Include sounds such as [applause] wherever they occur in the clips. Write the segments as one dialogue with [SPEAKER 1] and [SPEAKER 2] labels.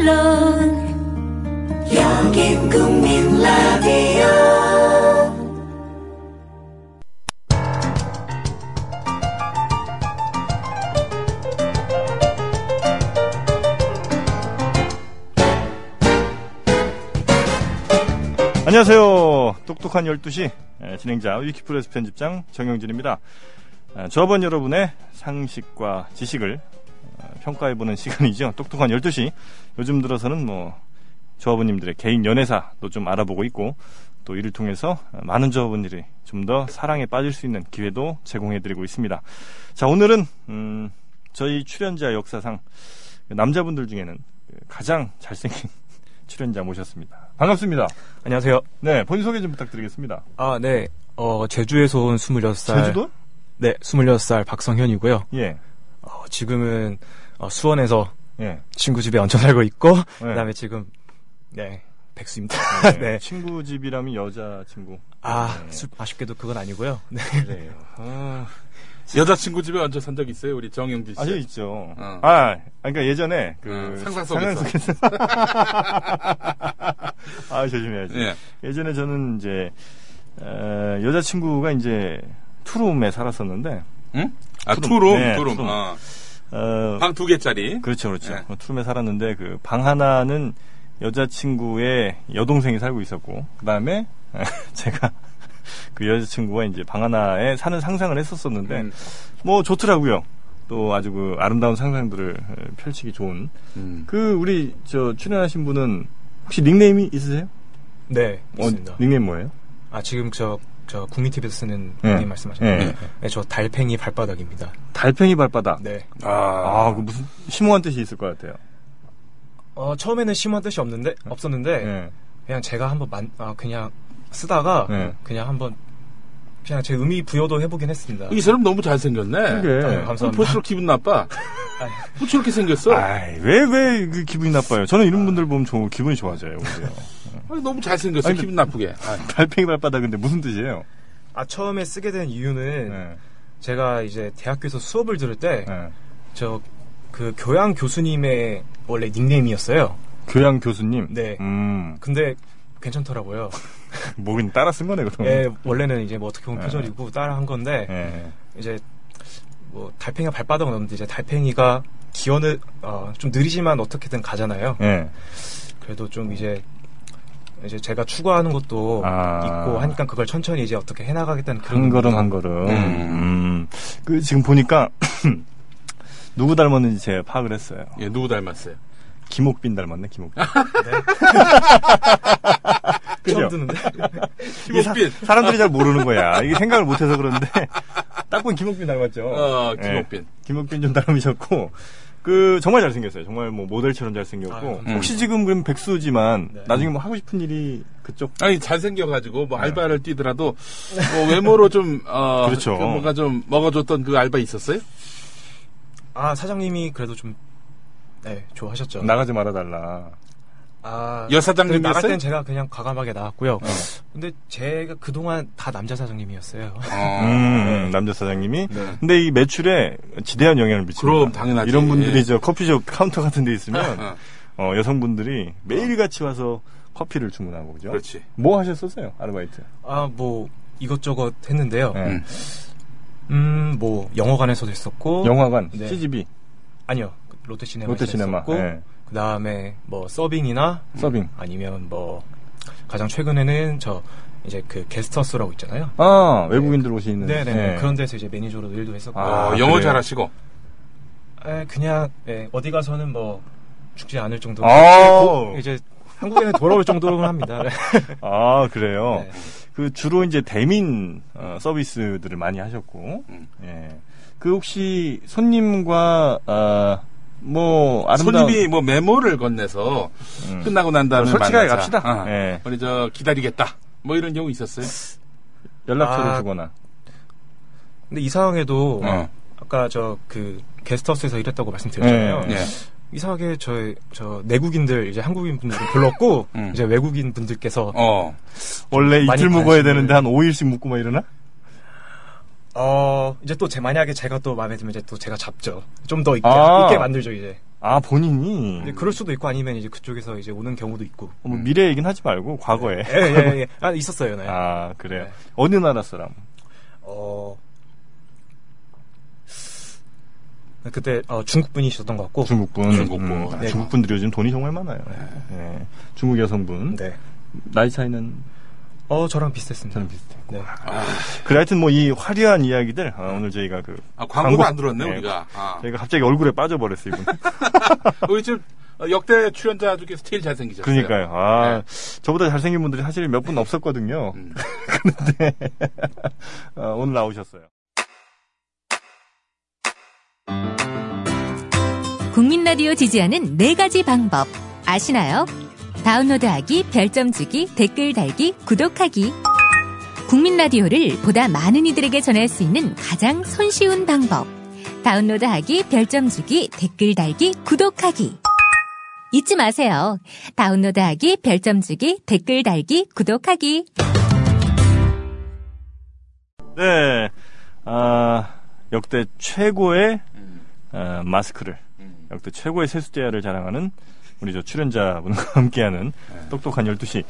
[SPEAKER 1] 물론 여긴 국민 라디오
[SPEAKER 2] 안녕하세요. 똑똑한 12시 에, 진행자 위키프레스 편집장 정영진입니다. 에, 저번 여러분의 상식과 지식을 어, 평가해보는 [laughs] 시간이죠. 똑똑한 12시. 요즘 들어서는 뭐 조합원님들의 개인 연애사도 좀 알아보고 있고 또 이를 통해서 많은 조합원들이 좀 더 사랑에 빠질 수 있는 기회도 제공해드리고 있습니다. 자 오늘은 음, 저희 출연자 역사상 남자분들 중에는 가장 잘생긴 [laughs] 출연자 모셨습니다. 반갑습니다.
[SPEAKER 3] 안녕하세요.
[SPEAKER 2] 네, 본인 소개 좀 부탁드리겠습니다.
[SPEAKER 3] 아, 네. 어, 제주에서 온 26살.
[SPEAKER 2] 제주도?
[SPEAKER 3] 네, 26살 박성현이고요.
[SPEAKER 2] 예,
[SPEAKER 3] 어, 지금은 어, 수원에서
[SPEAKER 2] 예.
[SPEAKER 3] 친구 집에 얹혀 살고 있고, 그다음에
[SPEAKER 2] 네.
[SPEAKER 3] 지금 네, 백수입니다.
[SPEAKER 2] 네.
[SPEAKER 3] [laughs] 네.
[SPEAKER 2] 친구 집이라면 여자 친구.
[SPEAKER 3] 아, 슬- 아쉽게도 그건 아니고요. 네.
[SPEAKER 2] 그래요. 아,
[SPEAKER 4] 여자친구 집에 앉아 산 적 있어요, 우리 정영진 씨.
[SPEAKER 2] 아주 있죠.
[SPEAKER 4] 어.
[SPEAKER 2] 아, 그러니까 예전에 그
[SPEAKER 4] 어, 상상 속에서.
[SPEAKER 2] [laughs] 아 조심해야지.
[SPEAKER 4] 예.
[SPEAKER 2] 예전에 저는 이제 어, 여자친구가 이제 투룸에 살았었는데
[SPEAKER 4] 응? 아,
[SPEAKER 2] 투룸.
[SPEAKER 4] 투룸,
[SPEAKER 2] 네,
[SPEAKER 4] 투룸.
[SPEAKER 2] 투룸.
[SPEAKER 4] 어.
[SPEAKER 2] 어,
[SPEAKER 4] 방 두 개짜리.
[SPEAKER 2] 그렇죠, 그렇죠.
[SPEAKER 3] 네.
[SPEAKER 4] 예.
[SPEAKER 2] 어, 투룸에 살았는데 그 방 하나는 여자친구의 여동생이 살고 있었고 그다음에 [laughs] 제가 그 여자친구가 이제 방 하나에 사는 상상을 했었었는데
[SPEAKER 4] 음.
[SPEAKER 2] 뭐 좋더라고요. 또 아주 그 아름다운 상상들을 에, 펼치기 좋은
[SPEAKER 4] 음.
[SPEAKER 2] 그 우리 저 출연하신 분은 혹시 닉네임이 있으세요?
[SPEAKER 3] 네,
[SPEAKER 2] 어,
[SPEAKER 3] 있습니다.
[SPEAKER 2] 닉네임 뭐예요?
[SPEAKER 3] 아, 지금 저, 저 국민 TV에서 쓰는
[SPEAKER 2] 예.
[SPEAKER 3] 님 말씀하셨나요?
[SPEAKER 2] 예.
[SPEAKER 3] 네. 저 달팽이 발바닥입니다.
[SPEAKER 2] 달팽이 발바닥.
[SPEAKER 3] 네.
[SPEAKER 4] 아,
[SPEAKER 2] 아, 그 무슨 심오한 뜻이 있을 것 같아요.
[SPEAKER 3] 어, 처음에는 심한 뜻이 없는데 없었는데
[SPEAKER 2] 예.
[SPEAKER 3] 그냥 제가 한번 만, 아, 그냥 쓰다가
[SPEAKER 2] 예.
[SPEAKER 3] 그냥 한번 그냥 제 의미 부여도 해보긴 했습니다.
[SPEAKER 4] 이 사람 너무 잘생겼네.
[SPEAKER 2] 그게.
[SPEAKER 3] 아유,
[SPEAKER 4] 어,
[SPEAKER 3] 감사합니다.
[SPEAKER 4] 볼수록 기분 나빠. 뭐 저렇게 생겼어?
[SPEAKER 2] 아이, 왜, 왜, 그 기분이 나빠요? 저는 이런 분들 보면 좋, 기분이 좋아져요, 오히려.
[SPEAKER 4] 아니, 너무 잘생겼어.
[SPEAKER 2] 아니, 근데-
[SPEAKER 4] 기분 나쁘게. 아,
[SPEAKER 2] 달팽이 발바닥 근데 무슨 뜻이에요?
[SPEAKER 3] 아 처음에 쓰게 된
[SPEAKER 2] 예.
[SPEAKER 4] 네.
[SPEAKER 3] 이유는 제가 이제 대학교에서 수업을 들을
[SPEAKER 2] 예.
[SPEAKER 3] 때 저 그 교양 교수님의 원래 닉네임이었어요.
[SPEAKER 2] 교양 교수님.
[SPEAKER 3] 네.
[SPEAKER 2] 음,
[SPEAKER 3] 근데 괜찮더라고요.
[SPEAKER 2] 뭐긴 따라 쓴 거네, 그럼.
[SPEAKER 3] 예, 원래는 이제 뭐 어떻게 보면
[SPEAKER 2] 네.
[SPEAKER 3] 표절이고 따라한 건데
[SPEAKER 2] 예.
[SPEAKER 3] 이제 뭐 달팽이가 발바닥은 없는데 이제 달팽이가 기어는 어, 좀 느리지만 어떻게든 가잖아요.
[SPEAKER 2] 예.
[SPEAKER 3] 그래도 좀 이제 이제 제가 추구하는 것도
[SPEAKER 2] 아.
[SPEAKER 3] 있고 하니까 그걸 천천히 이제 어떻게 해나가겠다는 그런
[SPEAKER 2] 한 걸음 한 걸음. 음.
[SPEAKER 4] 음.
[SPEAKER 2] 그 지금 보니까 [clears throat] 누구 닮았는지 제가 파악을 했어요.
[SPEAKER 4] 예, 누구 닮았어요?
[SPEAKER 2] 김옥빈 닮았네, 김옥빈.
[SPEAKER 4] 아,
[SPEAKER 2] 그죠?
[SPEAKER 3] 처음 듣는데
[SPEAKER 2] 이게 사-
[SPEAKER 4] 김옥빈.
[SPEAKER 2] 사람들이 잘 모르는 거야. 이게 생각을 못해서
[SPEAKER 4] [laughs]
[SPEAKER 2] 그런데 딱 보면 김옥빈 닮았죠.
[SPEAKER 4] 어,
[SPEAKER 2] 예.
[SPEAKER 4] 김옥빈.
[SPEAKER 2] 김옥빈 좀 닮으셨고 그 정말 잘생겼어요. 정말 뭐 모델처럼 잘생겼고
[SPEAKER 3] 아유,
[SPEAKER 4] 음.
[SPEAKER 2] 혹시 지금 그럼 백수지만
[SPEAKER 3] 네.
[SPEAKER 2] 나중에 뭐 하고 싶은 일이 그쪽
[SPEAKER 4] 아니, 잘생겨가지고, 뭐, 알바를 뛰더라도, 뭐 외모로 좀, 어,
[SPEAKER 2] 네. 그렇죠.
[SPEAKER 4] 그 뭔가 좀 먹어줬던 그 알바 있었어요?
[SPEAKER 3] 아 사장님이 그래도 좀 네, 좋아하셨죠.
[SPEAKER 2] 나가지 말아달라.
[SPEAKER 3] 아,
[SPEAKER 4] 여사장님이었어요?
[SPEAKER 3] 나갈 땐 제가 그냥 과감하게 나왔고요. 근데 제가 그동안 다 남자 사장님이었어요. [laughs]
[SPEAKER 4] 어.
[SPEAKER 3] 네.
[SPEAKER 2] 음, 남자 사장님이. 근데 이 매출에 지대한 영향을 미칩니다.
[SPEAKER 4] 그럼 당연하지.
[SPEAKER 2] 이런 분들이
[SPEAKER 4] 예.
[SPEAKER 2] 저 커피숍 카운터 같은 데 있으면
[SPEAKER 3] 아,
[SPEAKER 4] 어,
[SPEAKER 2] 어, 여성분들이 매일같이 와서 커피를 주문하고 그죠?
[SPEAKER 4] 그렇지.
[SPEAKER 2] 뭐 하셨었어요? 아르바이트.
[SPEAKER 3] 아, 뭐 이것저것 했는데요.
[SPEAKER 2] 예.
[SPEAKER 4] 음.
[SPEAKER 3] 음, 뭐 영화관에서도 했었고
[SPEAKER 2] 영화관,
[SPEAKER 3] 네.
[SPEAKER 2] CGV,
[SPEAKER 3] 아니요. 롯데시네마
[SPEAKER 2] 롯데시네마,
[SPEAKER 3] 했었고 음.
[SPEAKER 2] 예.
[SPEAKER 3] 그다음에 뭐 서빙이나
[SPEAKER 2] 서빙.
[SPEAKER 3] 아니면 뭐 가장 최근에는 저 이제 그 게스트하우스라고 있잖아요.
[SPEAKER 2] 아, 외국인들 오시는.
[SPEAKER 3] 네네.
[SPEAKER 2] 예.
[SPEAKER 3] 그런 데서 이제 매니저로 일도 했었고.
[SPEAKER 2] 아,
[SPEAKER 4] 어, 영어
[SPEAKER 2] 그래요?
[SPEAKER 4] 잘하시고.
[SPEAKER 3] 에, 그냥 예, 어디 가서는 뭐 죽지 않을 정도로
[SPEAKER 2] 아우.
[SPEAKER 3] 이제 한국에는 돌아올 정도는
[SPEAKER 2] [laughs]
[SPEAKER 3] 합니다. 네.
[SPEAKER 2] 아, 그래요.
[SPEAKER 3] 네.
[SPEAKER 2] 그 주로 이제 대민 어, 서비스들을 많이 하셨고,
[SPEAKER 4] 음.
[SPEAKER 2] 예. 그 혹시 손님과 아, 뭐 아름다운
[SPEAKER 4] 손님이 뭐 메모를 건네서
[SPEAKER 2] 음.
[SPEAKER 4] 끝나고 난 다음에
[SPEAKER 2] 솔직하게
[SPEAKER 4] 만나자.
[SPEAKER 2] 갑시다.
[SPEAKER 4] 어.
[SPEAKER 2] 예.
[SPEAKER 4] 우리 저 기다리겠다. 뭐 이런 경우 있었어요?
[SPEAKER 2] 연락처를
[SPEAKER 3] 아,
[SPEAKER 2] 주거나
[SPEAKER 3] 근데 이상하게도
[SPEAKER 4] 어.
[SPEAKER 3] 아까 저 그 게스트하우스에서 일했다고 말씀드렸잖아요.
[SPEAKER 2] 네,
[SPEAKER 4] 예.
[SPEAKER 3] 이상하게 저의 저 내국인들 이제 한국인 분들을
[SPEAKER 2] [laughs]
[SPEAKER 3] 불렀고
[SPEAKER 4] 음.
[SPEAKER 3] 이제 외국인 분들께서
[SPEAKER 4] 어.
[SPEAKER 2] 원래
[SPEAKER 3] 많이
[SPEAKER 2] 이틀 묵어야
[SPEAKER 3] 관심을-
[SPEAKER 2] 되는데 한 5일씩 묵고 막 이러나?
[SPEAKER 3] 어, 이제 또 제 만약에 제가 또 마음에 들면 이제 또 제가 잡죠. 좀 더 있게,
[SPEAKER 2] 아.
[SPEAKER 3] 있게 만들죠 이제.
[SPEAKER 2] 아 본인이
[SPEAKER 3] 이제 그럴 수도 있고 아니면 이제 그쪽에서 이제 오는 경우도 있고.
[SPEAKER 2] 어, 뭐 미래 얘기는 하지 말고 과거에.
[SPEAKER 3] 예, 예, 예. 아, 있었어요, 네.
[SPEAKER 2] [laughs] 아 그래요.
[SPEAKER 3] 네.
[SPEAKER 2] 어느 나라 사람?
[SPEAKER 3] 어. 그때 어, 중국 분이셨던 것 같고.
[SPEAKER 2] 중국분.
[SPEAKER 4] 중국분.
[SPEAKER 2] 아,
[SPEAKER 3] 네.
[SPEAKER 2] 중국분들이 요즘 돈이 정말 많아요. 예. 중국 여성분.
[SPEAKER 3] 네.
[SPEAKER 2] 나이 차이는
[SPEAKER 3] 어, 저랑 비슷했습니다.
[SPEAKER 2] 저는 비슷해.
[SPEAKER 3] 네.
[SPEAKER 2] 그래 하여튼 뭐 이 화려한 이야기들 아, 오늘 저희가 그
[SPEAKER 4] 아, 광고도
[SPEAKER 2] 광고-
[SPEAKER 4] 안 들었네,
[SPEAKER 2] 네.
[SPEAKER 4] 우리가. 아.
[SPEAKER 2] 저희가 갑자기 얼굴에 빠져버렸어요 이분.
[SPEAKER 4] 우리 지금 어, 역대 출연자 중에 스틸 잘생기셨어요.
[SPEAKER 2] 그러니까요. 아 저보다 잘생긴 분들이 사실 몇 분 없었거든요.
[SPEAKER 4] 음.
[SPEAKER 2] 근데 아, 오늘 나오셨어요.
[SPEAKER 5] 국민 라디오 지지하는 네 가지 방법 아시나요? 다운로드하기, 별점 주기, 댓글 달기, 구독하기. 국민 라디오를 보다 많은 이들에게 전할 수 있는 가장 손쉬운 방법. 다운로드하기, 별점 주기, 댓글 달기, 구독하기. 잊지 마세요. 다운로드하기, 별점 주기, 댓글 달기, 구독하기.
[SPEAKER 2] 네. 아, 역대 최고의
[SPEAKER 4] 음.
[SPEAKER 2] 어, 마스크를,
[SPEAKER 4] 음.
[SPEAKER 2] 역대 최고의 세숫대야를 자랑하는 우리 저 출연자분과 [laughs] 함께하는 똑똑한 12시.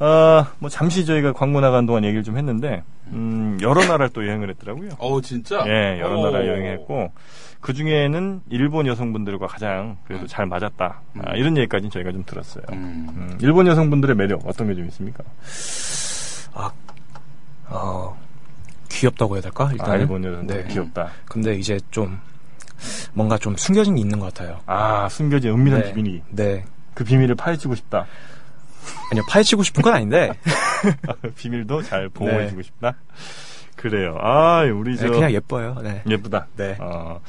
[SPEAKER 2] 아, 뭐 잠시 저희가 광고 나간 동안 얘기를 좀 했는데, 음, 여러 나라를 또 여행을 했더라고요.
[SPEAKER 4] 어, 진짜?
[SPEAKER 3] [laughs]
[SPEAKER 2] 예, 여러
[SPEAKER 4] 오.
[SPEAKER 2] 나라 여행했고, 그 중에는 일본 여성분들과 가장 그래도
[SPEAKER 3] 음.
[SPEAKER 2] 잘 맞았다. 아, 이런 얘기까지는 저희가 좀 들었어요.
[SPEAKER 4] 음.
[SPEAKER 2] 음, 일본 여성분들의 매력 어떤 게 좀 있습니까?
[SPEAKER 3] 아, 어, 귀엽다고 해야 될까? 일단.
[SPEAKER 2] 아, 일본 여성분
[SPEAKER 3] 네.
[SPEAKER 2] 들 귀엽다.
[SPEAKER 3] 근데 이제 좀 뭔가 좀 숨겨진 게 있는 것 같아요.
[SPEAKER 2] 아, 숨겨진 은밀한
[SPEAKER 3] 네.
[SPEAKER 2] 비밀이.
[SPEAKER 3] 네.
[SPEAKER 2] 그 비밀을 파헤치고 싶다. [laughs]
[SPEAKER 3] 아니요, 파헤치고 싶은 건 아닌데.
[SPEAKER 2] 비밀도 잘 보호해주고 싶다. [laughs] 그래요. 아, 우리 저
[SPEAKER 3] 네, 그냥 예뻐요. 네.
[SPEAKER 2] 예쁘다.
[SPEAKER 3] 네.
[SPEAKER 2] 어,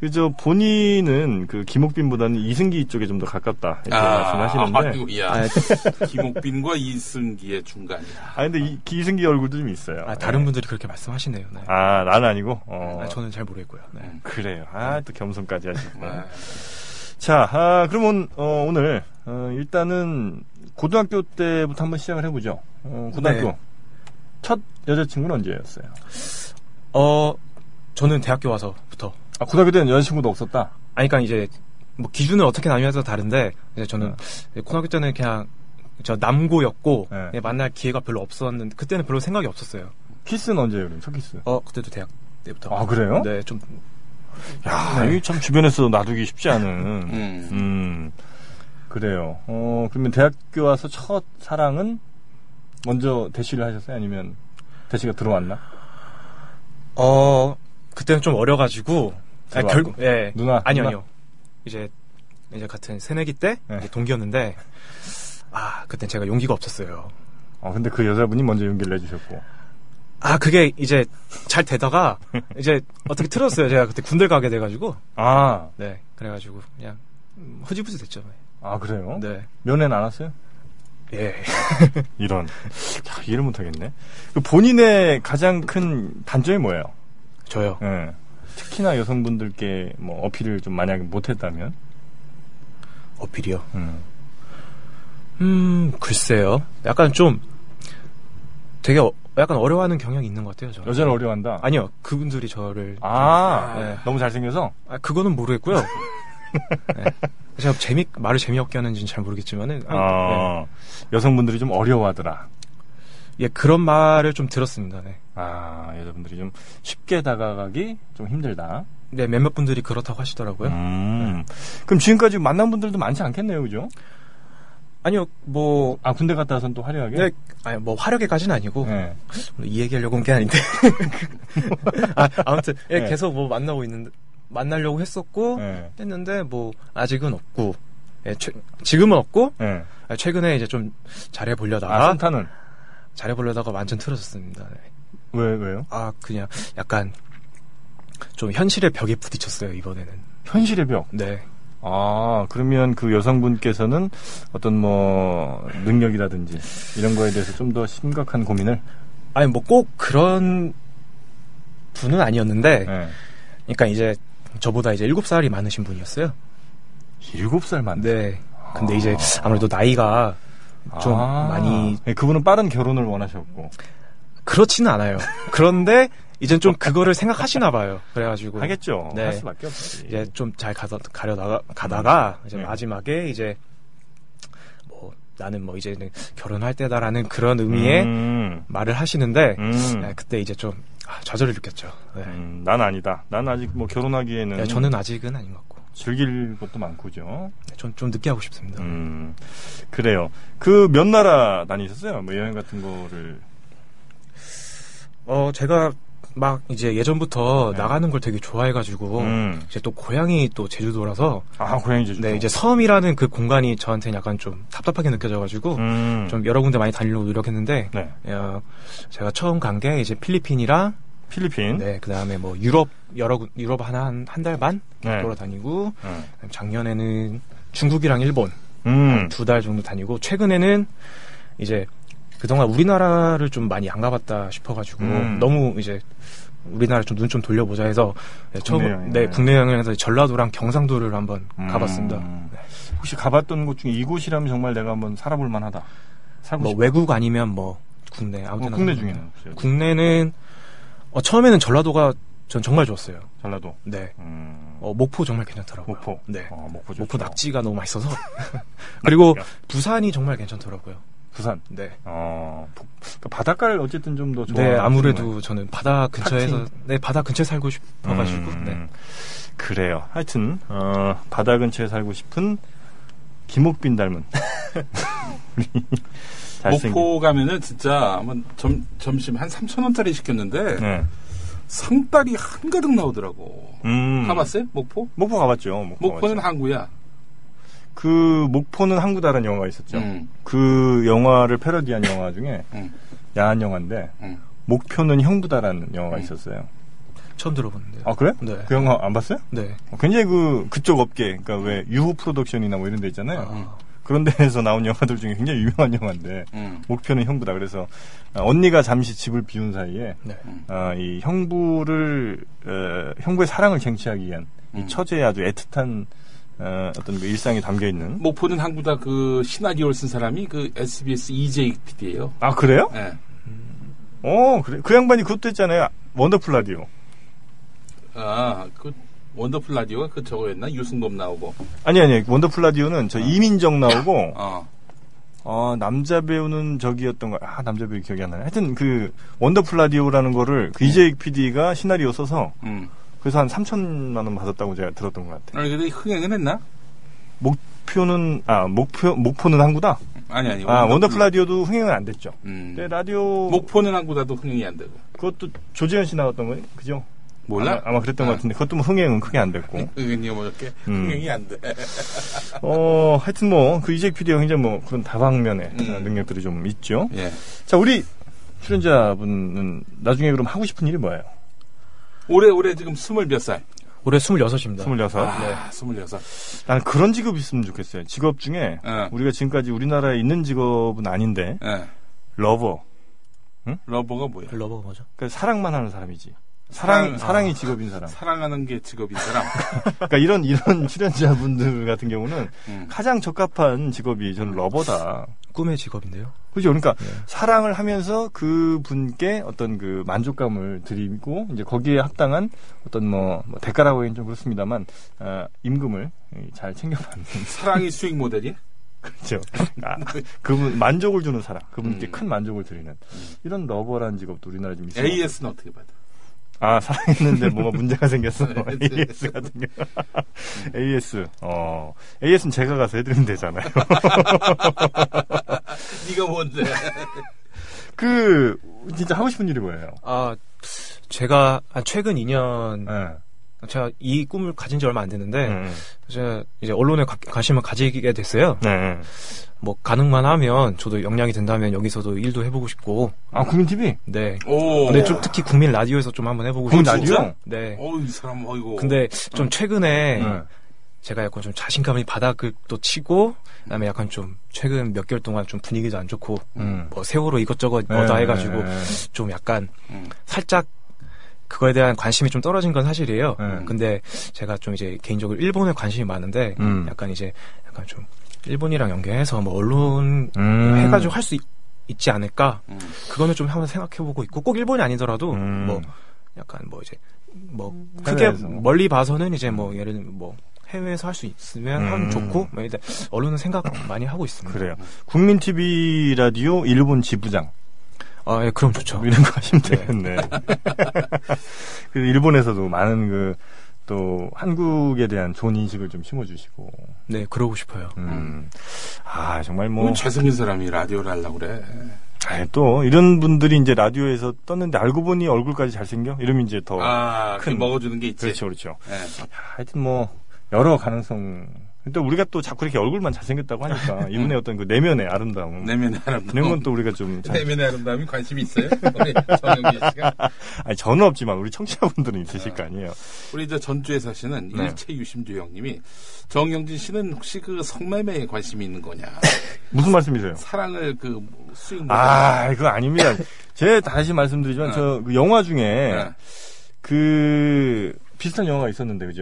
[SPEAKER 2] 그저 본인은 그 김옥빈보다는 이승기 쪽에 좀 더 가깝다 이렇게
[SPEAKER 3] 아,
[SPEAKER 2] 말씀하시는데. 네. 아니
[SPEAKER 4] 아, 아이고, 야. 김옥빈과 이승기의 중간이야.
[SPEAKER 2] 아, 근데 이, 기- 이승기 얼굴도 좀 있어요.
[SPEAKER 3] 아, 다른 분들이 그렇게 말씀하시네요. 네.
[SPEAKER 2] 아, 난 아니고. 어,
[SPEAKER 3] 아, 저는 잘 모르겠고요. 네.
[SPEAKER 2] 그래요. 아, 또 겸손까지 하시구나.
[SPEAKER 4] 아,
[SPEAKER 2] 자, 아, 그러면 어, 오늘 어, 일단은 고등학교 때부터 한번 시작을 해보죠. 어, 고등학교
[SPEAKER 3] 네.
[SPEAKER 2] 첫 여자친구는 언제였어요?
[SPEAKER 3] 어, 저는 대학교 와서부터.
[SPEAKER 2] 아, 고등학교 때는 여자친구도 없었다.
[SPEAKER 3] 아니, 그러니까 이제 뭐 기준을 어떻게 나누냐에 다른데, 이제 저는 고등학교 때는 그냥 저 남고였고,
[SPEAKER 2] 네.
[SPEAKER 3] 예, 만날 기회가 별로 없었는데, 그때는 별로 생각이 없었어요.
[SPEAKER 2] 키스는 언제예요, 그럼? 첫 키스?
[SPEAKER 3] 어, 그때도 대학 때부터.
[SPEAKER 2] 아, 그래요?
[SPEAKER 3] 네, 좀,
[SPEAKER 2] 야, 이게 참 주변에서 놔두기 쉽지 않은.
[SPEAKER 4] 음.
[SPEAKER 2] 음, 그래요. 어, 그러면 대학교 와서 첫 사랑은 먼저 대시를 하셨어요? 아니면 대시가 들어왔나?
[SPEAKER 3] 어, 그때는 좀 어려가지고, 아,
[SPEAKER 2] 들어왔고.
[SPEAKER 3] 결국, 예.
[SPEAKER 2] 누나,
[SPEAKER 3] 아니요,
[SPEAKER 2] 누나?
[SPEAKER 3] 아니요. 이제, 이제 같은 새내기 때,
[SPEAKER 2] 네.
[SPEAKER 3] 이제 동기였는데, 아, 그땐 제가 용기가 없었어요.
[SPEAKER 2] 어, 근데 그 여자분이 먼저 용기를 내주셨고.
[SPEAKER 3] 아, 그게 이제 잘 [laughs] 되다가, 이제 어떻게 틀었어요. 제가 그때 군대 가게 돼가지고,
[SPEAKER 2] 아,
[SPEAKER 3] 네. 그래가지고, 그냥, 음, 허지부지 됐죠.
[SPEAKER 2] 아, 그래요?
[SPEAKER 3] 네.
[SPEAKER 2] 면회는 안 왔어요?
[SPEAKER 3] 예.
[SPEAKER 2] 이런. 자, 이해를 못하겠네. 그 본인의 가장 큰 단점이 뭐예요?
[SPEAKER 3] 저요.
[SPEAKER 2] 예. 특히나 여성분들께 뭐 어필을 좀 만약에 못했다면?
[SPEAKER 3] 어필이요.
[SPEAKER 2] 음.
[SPEAKER 3] 음, 글쎄요. 약간 좀, 되게, 어- 약간 어려워하는 경향이 있는 것 같아요, 저.
[SPEAKER 2] 여자를 어려워한다?
[SPEAKER 3] 아니요. 그분들이 저를.
[SPEAKER 2] 아,
[SPEAKER 3] 네.
[SPEAKER 2] 너무 잘생겨서?
[SPEAKER 3] 아, 그거는 모르겠고요. [laughs] 네. 제가 재미, 말을 재미없게 하는지는 잘 모르겠지만은. 아,
[SPEAKER 2] 어, 여성분들이 좀 어려워하더라.
[SPEAKER 3] 네. 예, 그런 말을 좀 들었습니다, 네.
[SPEAKER 2] 아, 여자분들이 좀 쉽게 다가가기 좀 힘들다.
[SPEAKER 3] 네, 몇몇 분들이 그렇다고 하시더라고요.
[SPEAKER 2] 음. 그럼 지금까지 만난 분들도 많지 않겠네요, 그죠?
[SPEAKER 3] 아니요, 뭐,
[SPEAKER 2] 아, 군대 갔다 와서는 또 화려하게?
[SPEAKER 3] 네, 아니, 뭐, 화력에까지는 아니고,
[SPEAKER 2] 네.
[SPEAKER 3] 이 얘기하려고 온 게 아닌데. [laughs] 아, 아무튼, 예,
[SPEAKER 2] 네.
[SPEAKER 3] 계속 뭐 만나고 있는데, 만나려고 했었고,
[SPEAKER 2] 네.
[SPEAKER 3] 했는데, 뭐, 아직은 없고, 예, 최- 지금은 없고,
[SPEAKER 2] 네.
[SPEAKER 3] 아, 최근에 이제 좀 잘해보려다가,
[SPEAKER 2] 아, 선타는?
[SPEAKER 3] 잘해보려다가 완전 틀어졌습니다. 네.
[SPEAKER 2] 왜, 왜요?
[SPEAKER 3] 아 그냥 약간 좀 현실의 벽에 부딪혔어요 이번에는
[SPEAKER 2] 현실의 벽.
[SPEAKER 3] 네
[SPEAKER 2] 아, 그러면 그 여성분께서는 어떤 뭐, 능력이라든지 이런 거에 대해서 좀 더 심각한 고민을?
[SPEAKER 3] 아니 뭐 꼭 그런 분은 아니었는데
[SPEAKER 2] 네.
[SPEAKER 3] 그러니까 이제 저보다 이제 7살이 많으신 분이었어요
[SPEAKER 2] 일곱 살 만.
[SPEAKER 3] 네 근데 이제 아무래도 나이가 좀 많이-
[SPEAKER 2] 그분은 빠른 결혼을 원하셨고.
[SPEAKER 3] 그렇지는 않아요 그런데 이젠 좀 그거를 생각하시나 봐요. 그래가지고
[SPEAKER 2] 하겠죠.
[SPEAKER 3] 네.
[SPEAKER 2] 할 수밖에 없지.
[SPEAKER 3] 이제 좀 잘 가서 가려 나가 가다가 이제
[SPEAKER 2] 네.
[SPEAKER 3] 마지막에 이제 뭐 나는 뭐 이제 결혼할 때다라는 그런 의미의
[SPEAKER 2] 음,
[SPEAKER 3] 말을 하시는데
[SPEAKER 2] 음,
[SPEAKER 3] 네, 그때 이제 좀 아, 좌절을 느꼈죠. 네.
[SPEAKER 2] 음, 난 아니다. 난 아직 뭐 결혼하기에는
[SPEAKER 3] 네, 저는 아직은 아닌 것 같고
[SPEAKER 2] 즐길 것도 많고죠.
[SPEAKER 3] 전 좀 늦게 하고 싶습니다.
[SPEAKER 2] 음, 그래요. 그 몇 나라 다니셨어요? 뭐 여행 같은 거를.
[SPEAKER 3] 어 제가 막 이제 예전부터
[SPEAKER 2] 네.
[SPEAKER 3] 나가는 걸 되게 좋아해가지고
[SPEAKER 2] 음.
[SPEAKER 3] 이제 또 고향이 또 제주도라서
[SPEAKER 2] 아, 고향이 제주도.
[SPEAKER 3] 네 이제 섬이라는 그 공간이 저한테는 약간 좀 답답하게 느껴져가지고
[SPEAKER 2] 음,
[SPEAKER 3] 좀 여러 군데 많이 다니려고 노력했는데
[SPEAKER 2] 네.
[SPEAKER 3] 어, 제가 처음 간 게 이제 필리핀이랑
[SPEAKER 2] 필리핀.
[SPEAKER 3] 네 그다음에 뭐 유럽 여러 군- 유럽 하나 한 달 반
[SPEAKER 2] 네.
[SPEAKER 3] 돌아다니고
[SPEAKER 2] 음.
[SPEAKER 3] 작년에는 중국이랑 일본
[SPEAKER 2] 음.
[SPEAKER 3] 두 달 정도 다니고 최근에는 이제 그동안 우리나라를 좀 많이 안 가봤다 싶어가지고
[SPEAKER 2] 음.
[SPEAKER 3] 너무 이제 우리나라 좀 눈 좀 돌려보자 해서 네, 처음
[SPEAKER 2] 여행을.
[SPEAKER 3] 네 국내 여행을 해서 전라도랑 경상도를 한번
[SPEAKER 2] 음.
[SPEAKER 3] 가봤습니다.
[SPEAKER 2] 혹시 가봤던 곳 중에 이곳이라면 정말 내가 한번 살아볼 만하다. 살고
[SPEAKER 3] 뭐
[SPEAKER 2] 싶다.
[SPEAKER 3] 외국 아니면 뭐 국내
[SPEAKER 2] 어,
[SPEAKER 3] 아무튼
[SPEAKER 2] 국내 중에는 혹시
[SPEAKER 3] 국내는 어, 처음에는 전라도가 전 정말 좋았어요.
[SPEAKER 2] 전라도.
[SPEAKER 3] 네
[SPEAKER 2] 음.
[SPEAKER 3] 어, 목포 정말 괜찮더라고요.
[SPEAKER 2] 목포.
[SPEAKER 3] 네
[SPEAKER 2] 어, 목포 좋죠.
[SPEAKER 3] 목포 낙지가 너무
[SPEAKER 2] [laughs]
[SPEAKER 3] 맛있어서 그리고
[SPEAKER 2] 낙지가.
[SPEAKER 3] 부산이 정말 괜찮더라고요.
[SPEAKER 2] 부산.
[SPEAKER 3] 네.
[SPEAKER 2] 어. 부- 그러니까 바닷가를 어쨌든 좀 더 좋아.
[SPEAKER 3] 네, 아무래도 저는 바다 근처에서
[SPEAKER 2] 탁
[SPEAKER 3] 네 바다 근처에 살고 싶어가지고
[SPEAKER 2] 음.
[SPEAKER 3] 네.
[SPEAKER 2] 그래요. 하여튼 어, 바다 근처에 살고 싶은 김옥빈 닮은 [laughs] 우리 잘생긴-
[SPEAKER 4] 목포 가면은 진짜 한번 점, 점심 한 3천 원짜리 시켰는데
[SPEAKER 2] 네.
[SPEAKER 4] 상다리 한가득 나오더라고.
[SPEAKER 2] 음.
[SPEAKER 4] 가봤어요? 목포?
[SPEAKER 2] 목포 가봤죠. 목포
[SPEAKER 4] 목포는
[SPEAKER 2] 가봤죠.
[SPEAKER 4] 항구야.
[SPEAKER 2] 그 목포는 항구다라는 영화가 있었죠.
[SPEAKER 4] 음.
[SPEAKER 2] 그 영화를 패러디한 영화 중에
[SPEAKER 4] 음.
[SPEAKER 2] 야한 영화인데
[SPEAKER 4] 음.
[SPEAKER 2] 목표는 형부다라는 영화가
[SPEAKER 4] 음.
[SPEAKER 2] 있었어요.
[SPEAKER 3] 처음 들어보는데.
[SPEAKER 2] 아 그래?
[SPEAKER 3] 네.
[SPEAKER 2] 그 영화 안 봤어요?
[SPEAKER 3] 네.
[SPEAKER 2] 어, 굉장히 그 그쪽 업계, 그러니까 왜 유호 프로덕션이나 뭐 이런 데 있잖아요.
[SPEAKER 3] 아,
[SPEAKER 2] 그런 데에서 나온 영화들 중에 굉장히 유명한 영화인데
[SPEAKER 4] 음.
[SPEAKER 2] 목표는 형부다. 그래서 아, 언니가 잠시 집을 비운 사이에
[SPEAKER 3] 네.
[SPEAKER 2] 아, 이 형부를 어, 형부의 사랑을 쟁취하기 위한 이
[SPEAKER 4] 음.
[SPEAKER 2] 처제의 아주 애틋한 어, 어떤 그 일상이 담겨 있는.
[SPEAKER 4] 목포는 뭐 항구다 그 신학이올 쓴 사람이 그 SBS EJ PD예요.
[SPEAKER 2] 아 그래요?
[SPEAKER 4] 예.
[SPEAKER 2] 어 그래 그 양반이 그것도 했잖아요. 원더풀 라디오.
[SPEAKER 4] 아, 그 원더풀 라디오가 그 저거였나? 유승범 나오고.
[SPEAKER 2] 아니 아니 원더풀 라디오는 저 이민정
[SPEAKER 4] [laughs]
[SPEAKER 2] 나오고
[SPEAKER 4] 어.
[SPEAKER 2] 어, 남자 배우는 저기였던 거, 아, 남자 배우 기억이 안 나네. 하여튼 그, 원더풀 라디오라는 거를
[SPEAKER 4] 네.
[SPEAKER 2] 그 이재익 PD가 시나리오 써서,
[SPEAKER 4] 음.
[SPEAKER 2] 그래서 한 3천만원 받았다고 제가 들었던 것 같아요.
[SPEAKER 4] 아니 근데 흥행은 했나?
[SPEAKER 2] 목표는, 아, 목표, 목포는 항구다?
[SPEAKER 4] 아니 아니.
[SPEAKER 2] 아, 원더풀 라디오도 흥행은 안 됐죠.
[SPEAKER 4] 음.
[SPEAKER 2] 네, 라디오,
[SPEAKER 4] 목포는 항구다도 흥행이 안 되고.
[SPEAKER 2] 그것도 조재현 씨 나왔던 거예요? 그죠? 아마,
[SPEAKER 4] 몰라?
[SPEAKER 2] 아마 그랬던
[SPEAKER 4] 아.
[SPEAKER 2] 것 같은데, 그것도 뭐 흥행은 크게 안 됐고.
[SPEAKER 4] 흥행이 그 뭐였게?
[SPEAKER 2] 음.
[SPEAKER 4] 흥행이 안 돼.
[SPEAKER 2] 어, 하여튼 뭐, 그 이재익 PD가 굉장히 뭐, 그런 다방면의
[SPEAKER 4] 음.
[SPEAKER 2] 아, 능력들이 좀 있죠.
[SPEAKER 4] 예.
[SPEAKER 2] 자, 우리 출연자분은 나중에 그럼 하고 싶은 일이 뭐예요?
[SPEAKER 4] 올해 올해 지금 스물 몇 살?
[SPEAKER 3] 올해 26입니다.
[SPEAKER 2] 26.
[SPEAKER 4] 아, 스물여섯.
[SPEAKER 2] 나는 그런 직업이 있으면 좋겠어요. 직업 중에
[SPEAKER 4] 예.
[SPEAKER 2] 우리가 지금까지 우리나라에 있는 직업은 아닌데
[SPEAKER 4] 예.
[SPEAKER 2] 러버.
[SPEAKER 4] 러버가 뭐야?
[SPEAKER 3] 러버 뭐죠?
[SPEAKER 2] 그러니까 사랑만 하는 사람이지. 사랑 아.
[SPEAKER 4] 사랑,
[SPEAKER 2] 사랑이 직업인 사람.
[SPEAKER 4] 사랑하는 게 직업인 사람.
[SPEAKER 2] 그러니까 이런 이런 [laughs] 출연자분들 같은 경우는
[SPEAKER 4] 음.
[SPEAKER 2] 가장 적합한 직업이 저는 러버다.
[SPEAKER 3] 꿈의 직업인데요.
[SPEAKER 2] 그죠? 그러니까 사랑을 하면서 그 분께 어떤 그 만족감을 드리고 이제 거기에 합당한 어떤 뭐, 뭐 대가라고 하긴 좀 그렇습니다만 아, 임금을 잘 챙겨받는
[SPEAKER 4] 사랑이 수익 모델이?
[SPEAKER 2] 그렇죠. 아, 그분 만족을 주는 사람, 그분께
[SPEAKER 4] 음.
[SPEAKER 2] 큰 만족을 드리는 이런 러버라는 직업도 우리나라에 좀 있어요.
[SPEAKER 4] AS는 어떻게 받아?
[SPEAKER 2] 아 사랑했는데 뭐가 문제가 생겼어.
[SPEAKER 3] [laughs]
[SPEAKER 4] AS.
[SPEAKER 2] AS 같은 [laughs] 경 AS. 어 AS는 제가 가서 해드리면 되잖아요. [laughs]
[SPEAKER 4] 네가 뭔데?
[SPEAKER 2] 그 진짜 하고 싶은 일이 뭐예요?
[SPEAKER 3] 아, 제가 한 최근 2년
[SPEAKER 2] 예.
[SPEAKER 3] 제가 이 꿈을 가진 지 얼마 안 됐는데
[SPEAKER 2] 음.
[SPEAKER 3] 제가 이제 언론에 가, 관심을 가지게 됐어요.
[SPEAKER 2] 네.
[SPEAKER 3] 뭐 가능만 하면 저도 역량이 된다면 여기서도 일도 해보고 싶고
[SPEAKER 2] 아 국민 TV.
[SPEAKER 3] 네.
[SPEAKER 4] 오.
[SPEAKER 2] 아,
[SPEAKER 3] 근데 좀 특히 국민 라디오에서 좀 한번 해보고
[SPEAKER 2] 국민
[SPEAKER 3] 싶고
[SPEAKER 2] 라디오?
[SPEAKER 3] 네.
[SPEAKER 4] 어이 사람 어이고.
[SPEAKER 3] 근데 좀 최근에
[SPEAKER 2] 네.
[SPEAKER 3] 제가 약간 좀 자신감이 바닥도 치고 그다음에 약간 좀 최근 몇 개월 동안 좀 분위기도 안 좋고
[SPEAKER 2] 음.
[SPEAKER 3] 뭐 세월호 이것저것 뭐다 해가지고
[SPEAKER 2] 네.
[SPEAKER 3] 좀 약간
[SPEAKER 4] 음.
[SPEAKER 3] 살짝 그거에 대한 관심이 좀 떨어진 건 사실이에요.
[SPEAKER 2] 네.
[SPEAKER 3] 근데 제가 좀 이제 개인적으로 일본에 관심이 많은데
[SPEAKER 2] 음.
[SPEAKER 3] 약간 이제 약간 좀 일본이랑 연계해서 뭐 언론
[SPEAKER 2] 음.
[SPEAKER 3] 해가지고 할 수 있지 않을까
[SPEAKER 4] 음.
[SPEAKER 3] 그거는 좀 한번 생각해보고 있고 꼭 일본이 아니더라도
[SPEAKER 2] 음.
[SPEAKER 3] 뭐 약간 뭐 이제 뭐 크게
[SPEAKER 2] 해외에서.
[SPEAKER 3] 멀리 봐서는 이제 뭐 예를 들면 뭐 해외에서 할 수 있으면
[SPEAKER 2] 음.
[SPEAKER 3] 하면 좋고 뭐 일단 언론은 생각 많이 하고 있습니다.
[SPEAKER 2] 그래요. 국민 TV 라디오 일본 지부장
[SPEAKER 3] 아, 예, 그럼 좋죠.
[SPEAKER 2] 뭐 이런 거 하시면
[SPEAKER 3] 네.
[SPEAKER 2] 되겠네. [laughs] 그래서 일본에서도 많은 그 또 한국에 대한 좋은 인식을 좀 심어주시고.
[SPEAKER 3] 네, 그러고 싶어요.
[SPEAKER 2] 음. 아 정말
[SPEAKER 4] 뭐
[SPEAKER 2] 뭐.
[SPEAKER 4] 잘생긴 사람이 라디오를 하려고 그래.
[SPEAKER 2] 아, 또 이런 분들이 이제 라디오에서 떴는데 알고 보니 얼굴까지 잘생겨? 이러면 이제 더
[SPEAKER 4] 아, 그
[SPEAKER 2] 뭐 큰-
[SPEAKER 4] 먹어주는 게 있지.
[SPEAKER 2] 그렇죠, 그렇죠.
[SPEAKER 4] 예.
[SPEAKER 2] 하여튼 뭐 여러 가능성. 근데 우리가 또 자꾸 이렇게 얼굴만 잘생겼다고 하니까 이분의 어떤 그 내면의 아름다움
[SPEAKER 4] 내면의 아름다움.
[SPEAKER 2] 이런 건 또 우리가 좀 잘-
[SPEAKER 4] [laughs] 내면의 아름다움이 관심이 있어요? [laughs] 우리 정영진 씨가.
[SPEAKER 2] 아니 저는 없지만 우리 청취자분들은 있으실 거 아니에요.
[SPEAKER 4] 우리 저 전주에 사시는
[SPEAKER 2] 네.
[SPEAKER 4] 일체 유심주 형님이 정영진 씨는 혹시 그 성매매에 관심이 있는 거냐?
[SPEAKER 2] 무슨 말씀이세요?
[SPEAKER 4] 사랑을 그뭐 수익
[SPEAKER 2] 아 그거
[SPEAKER 4] [laughs]
[SPEAKER 2] 아닙니다. 제 다시 말씀드리지만
[SPEAKER 4] 네.
[SPEAKER 2] 저그 영화 중에
[SPEAKER 4] 네.
[SPEAKER 2] 그 비슷한 영화가 있었는데 그죠?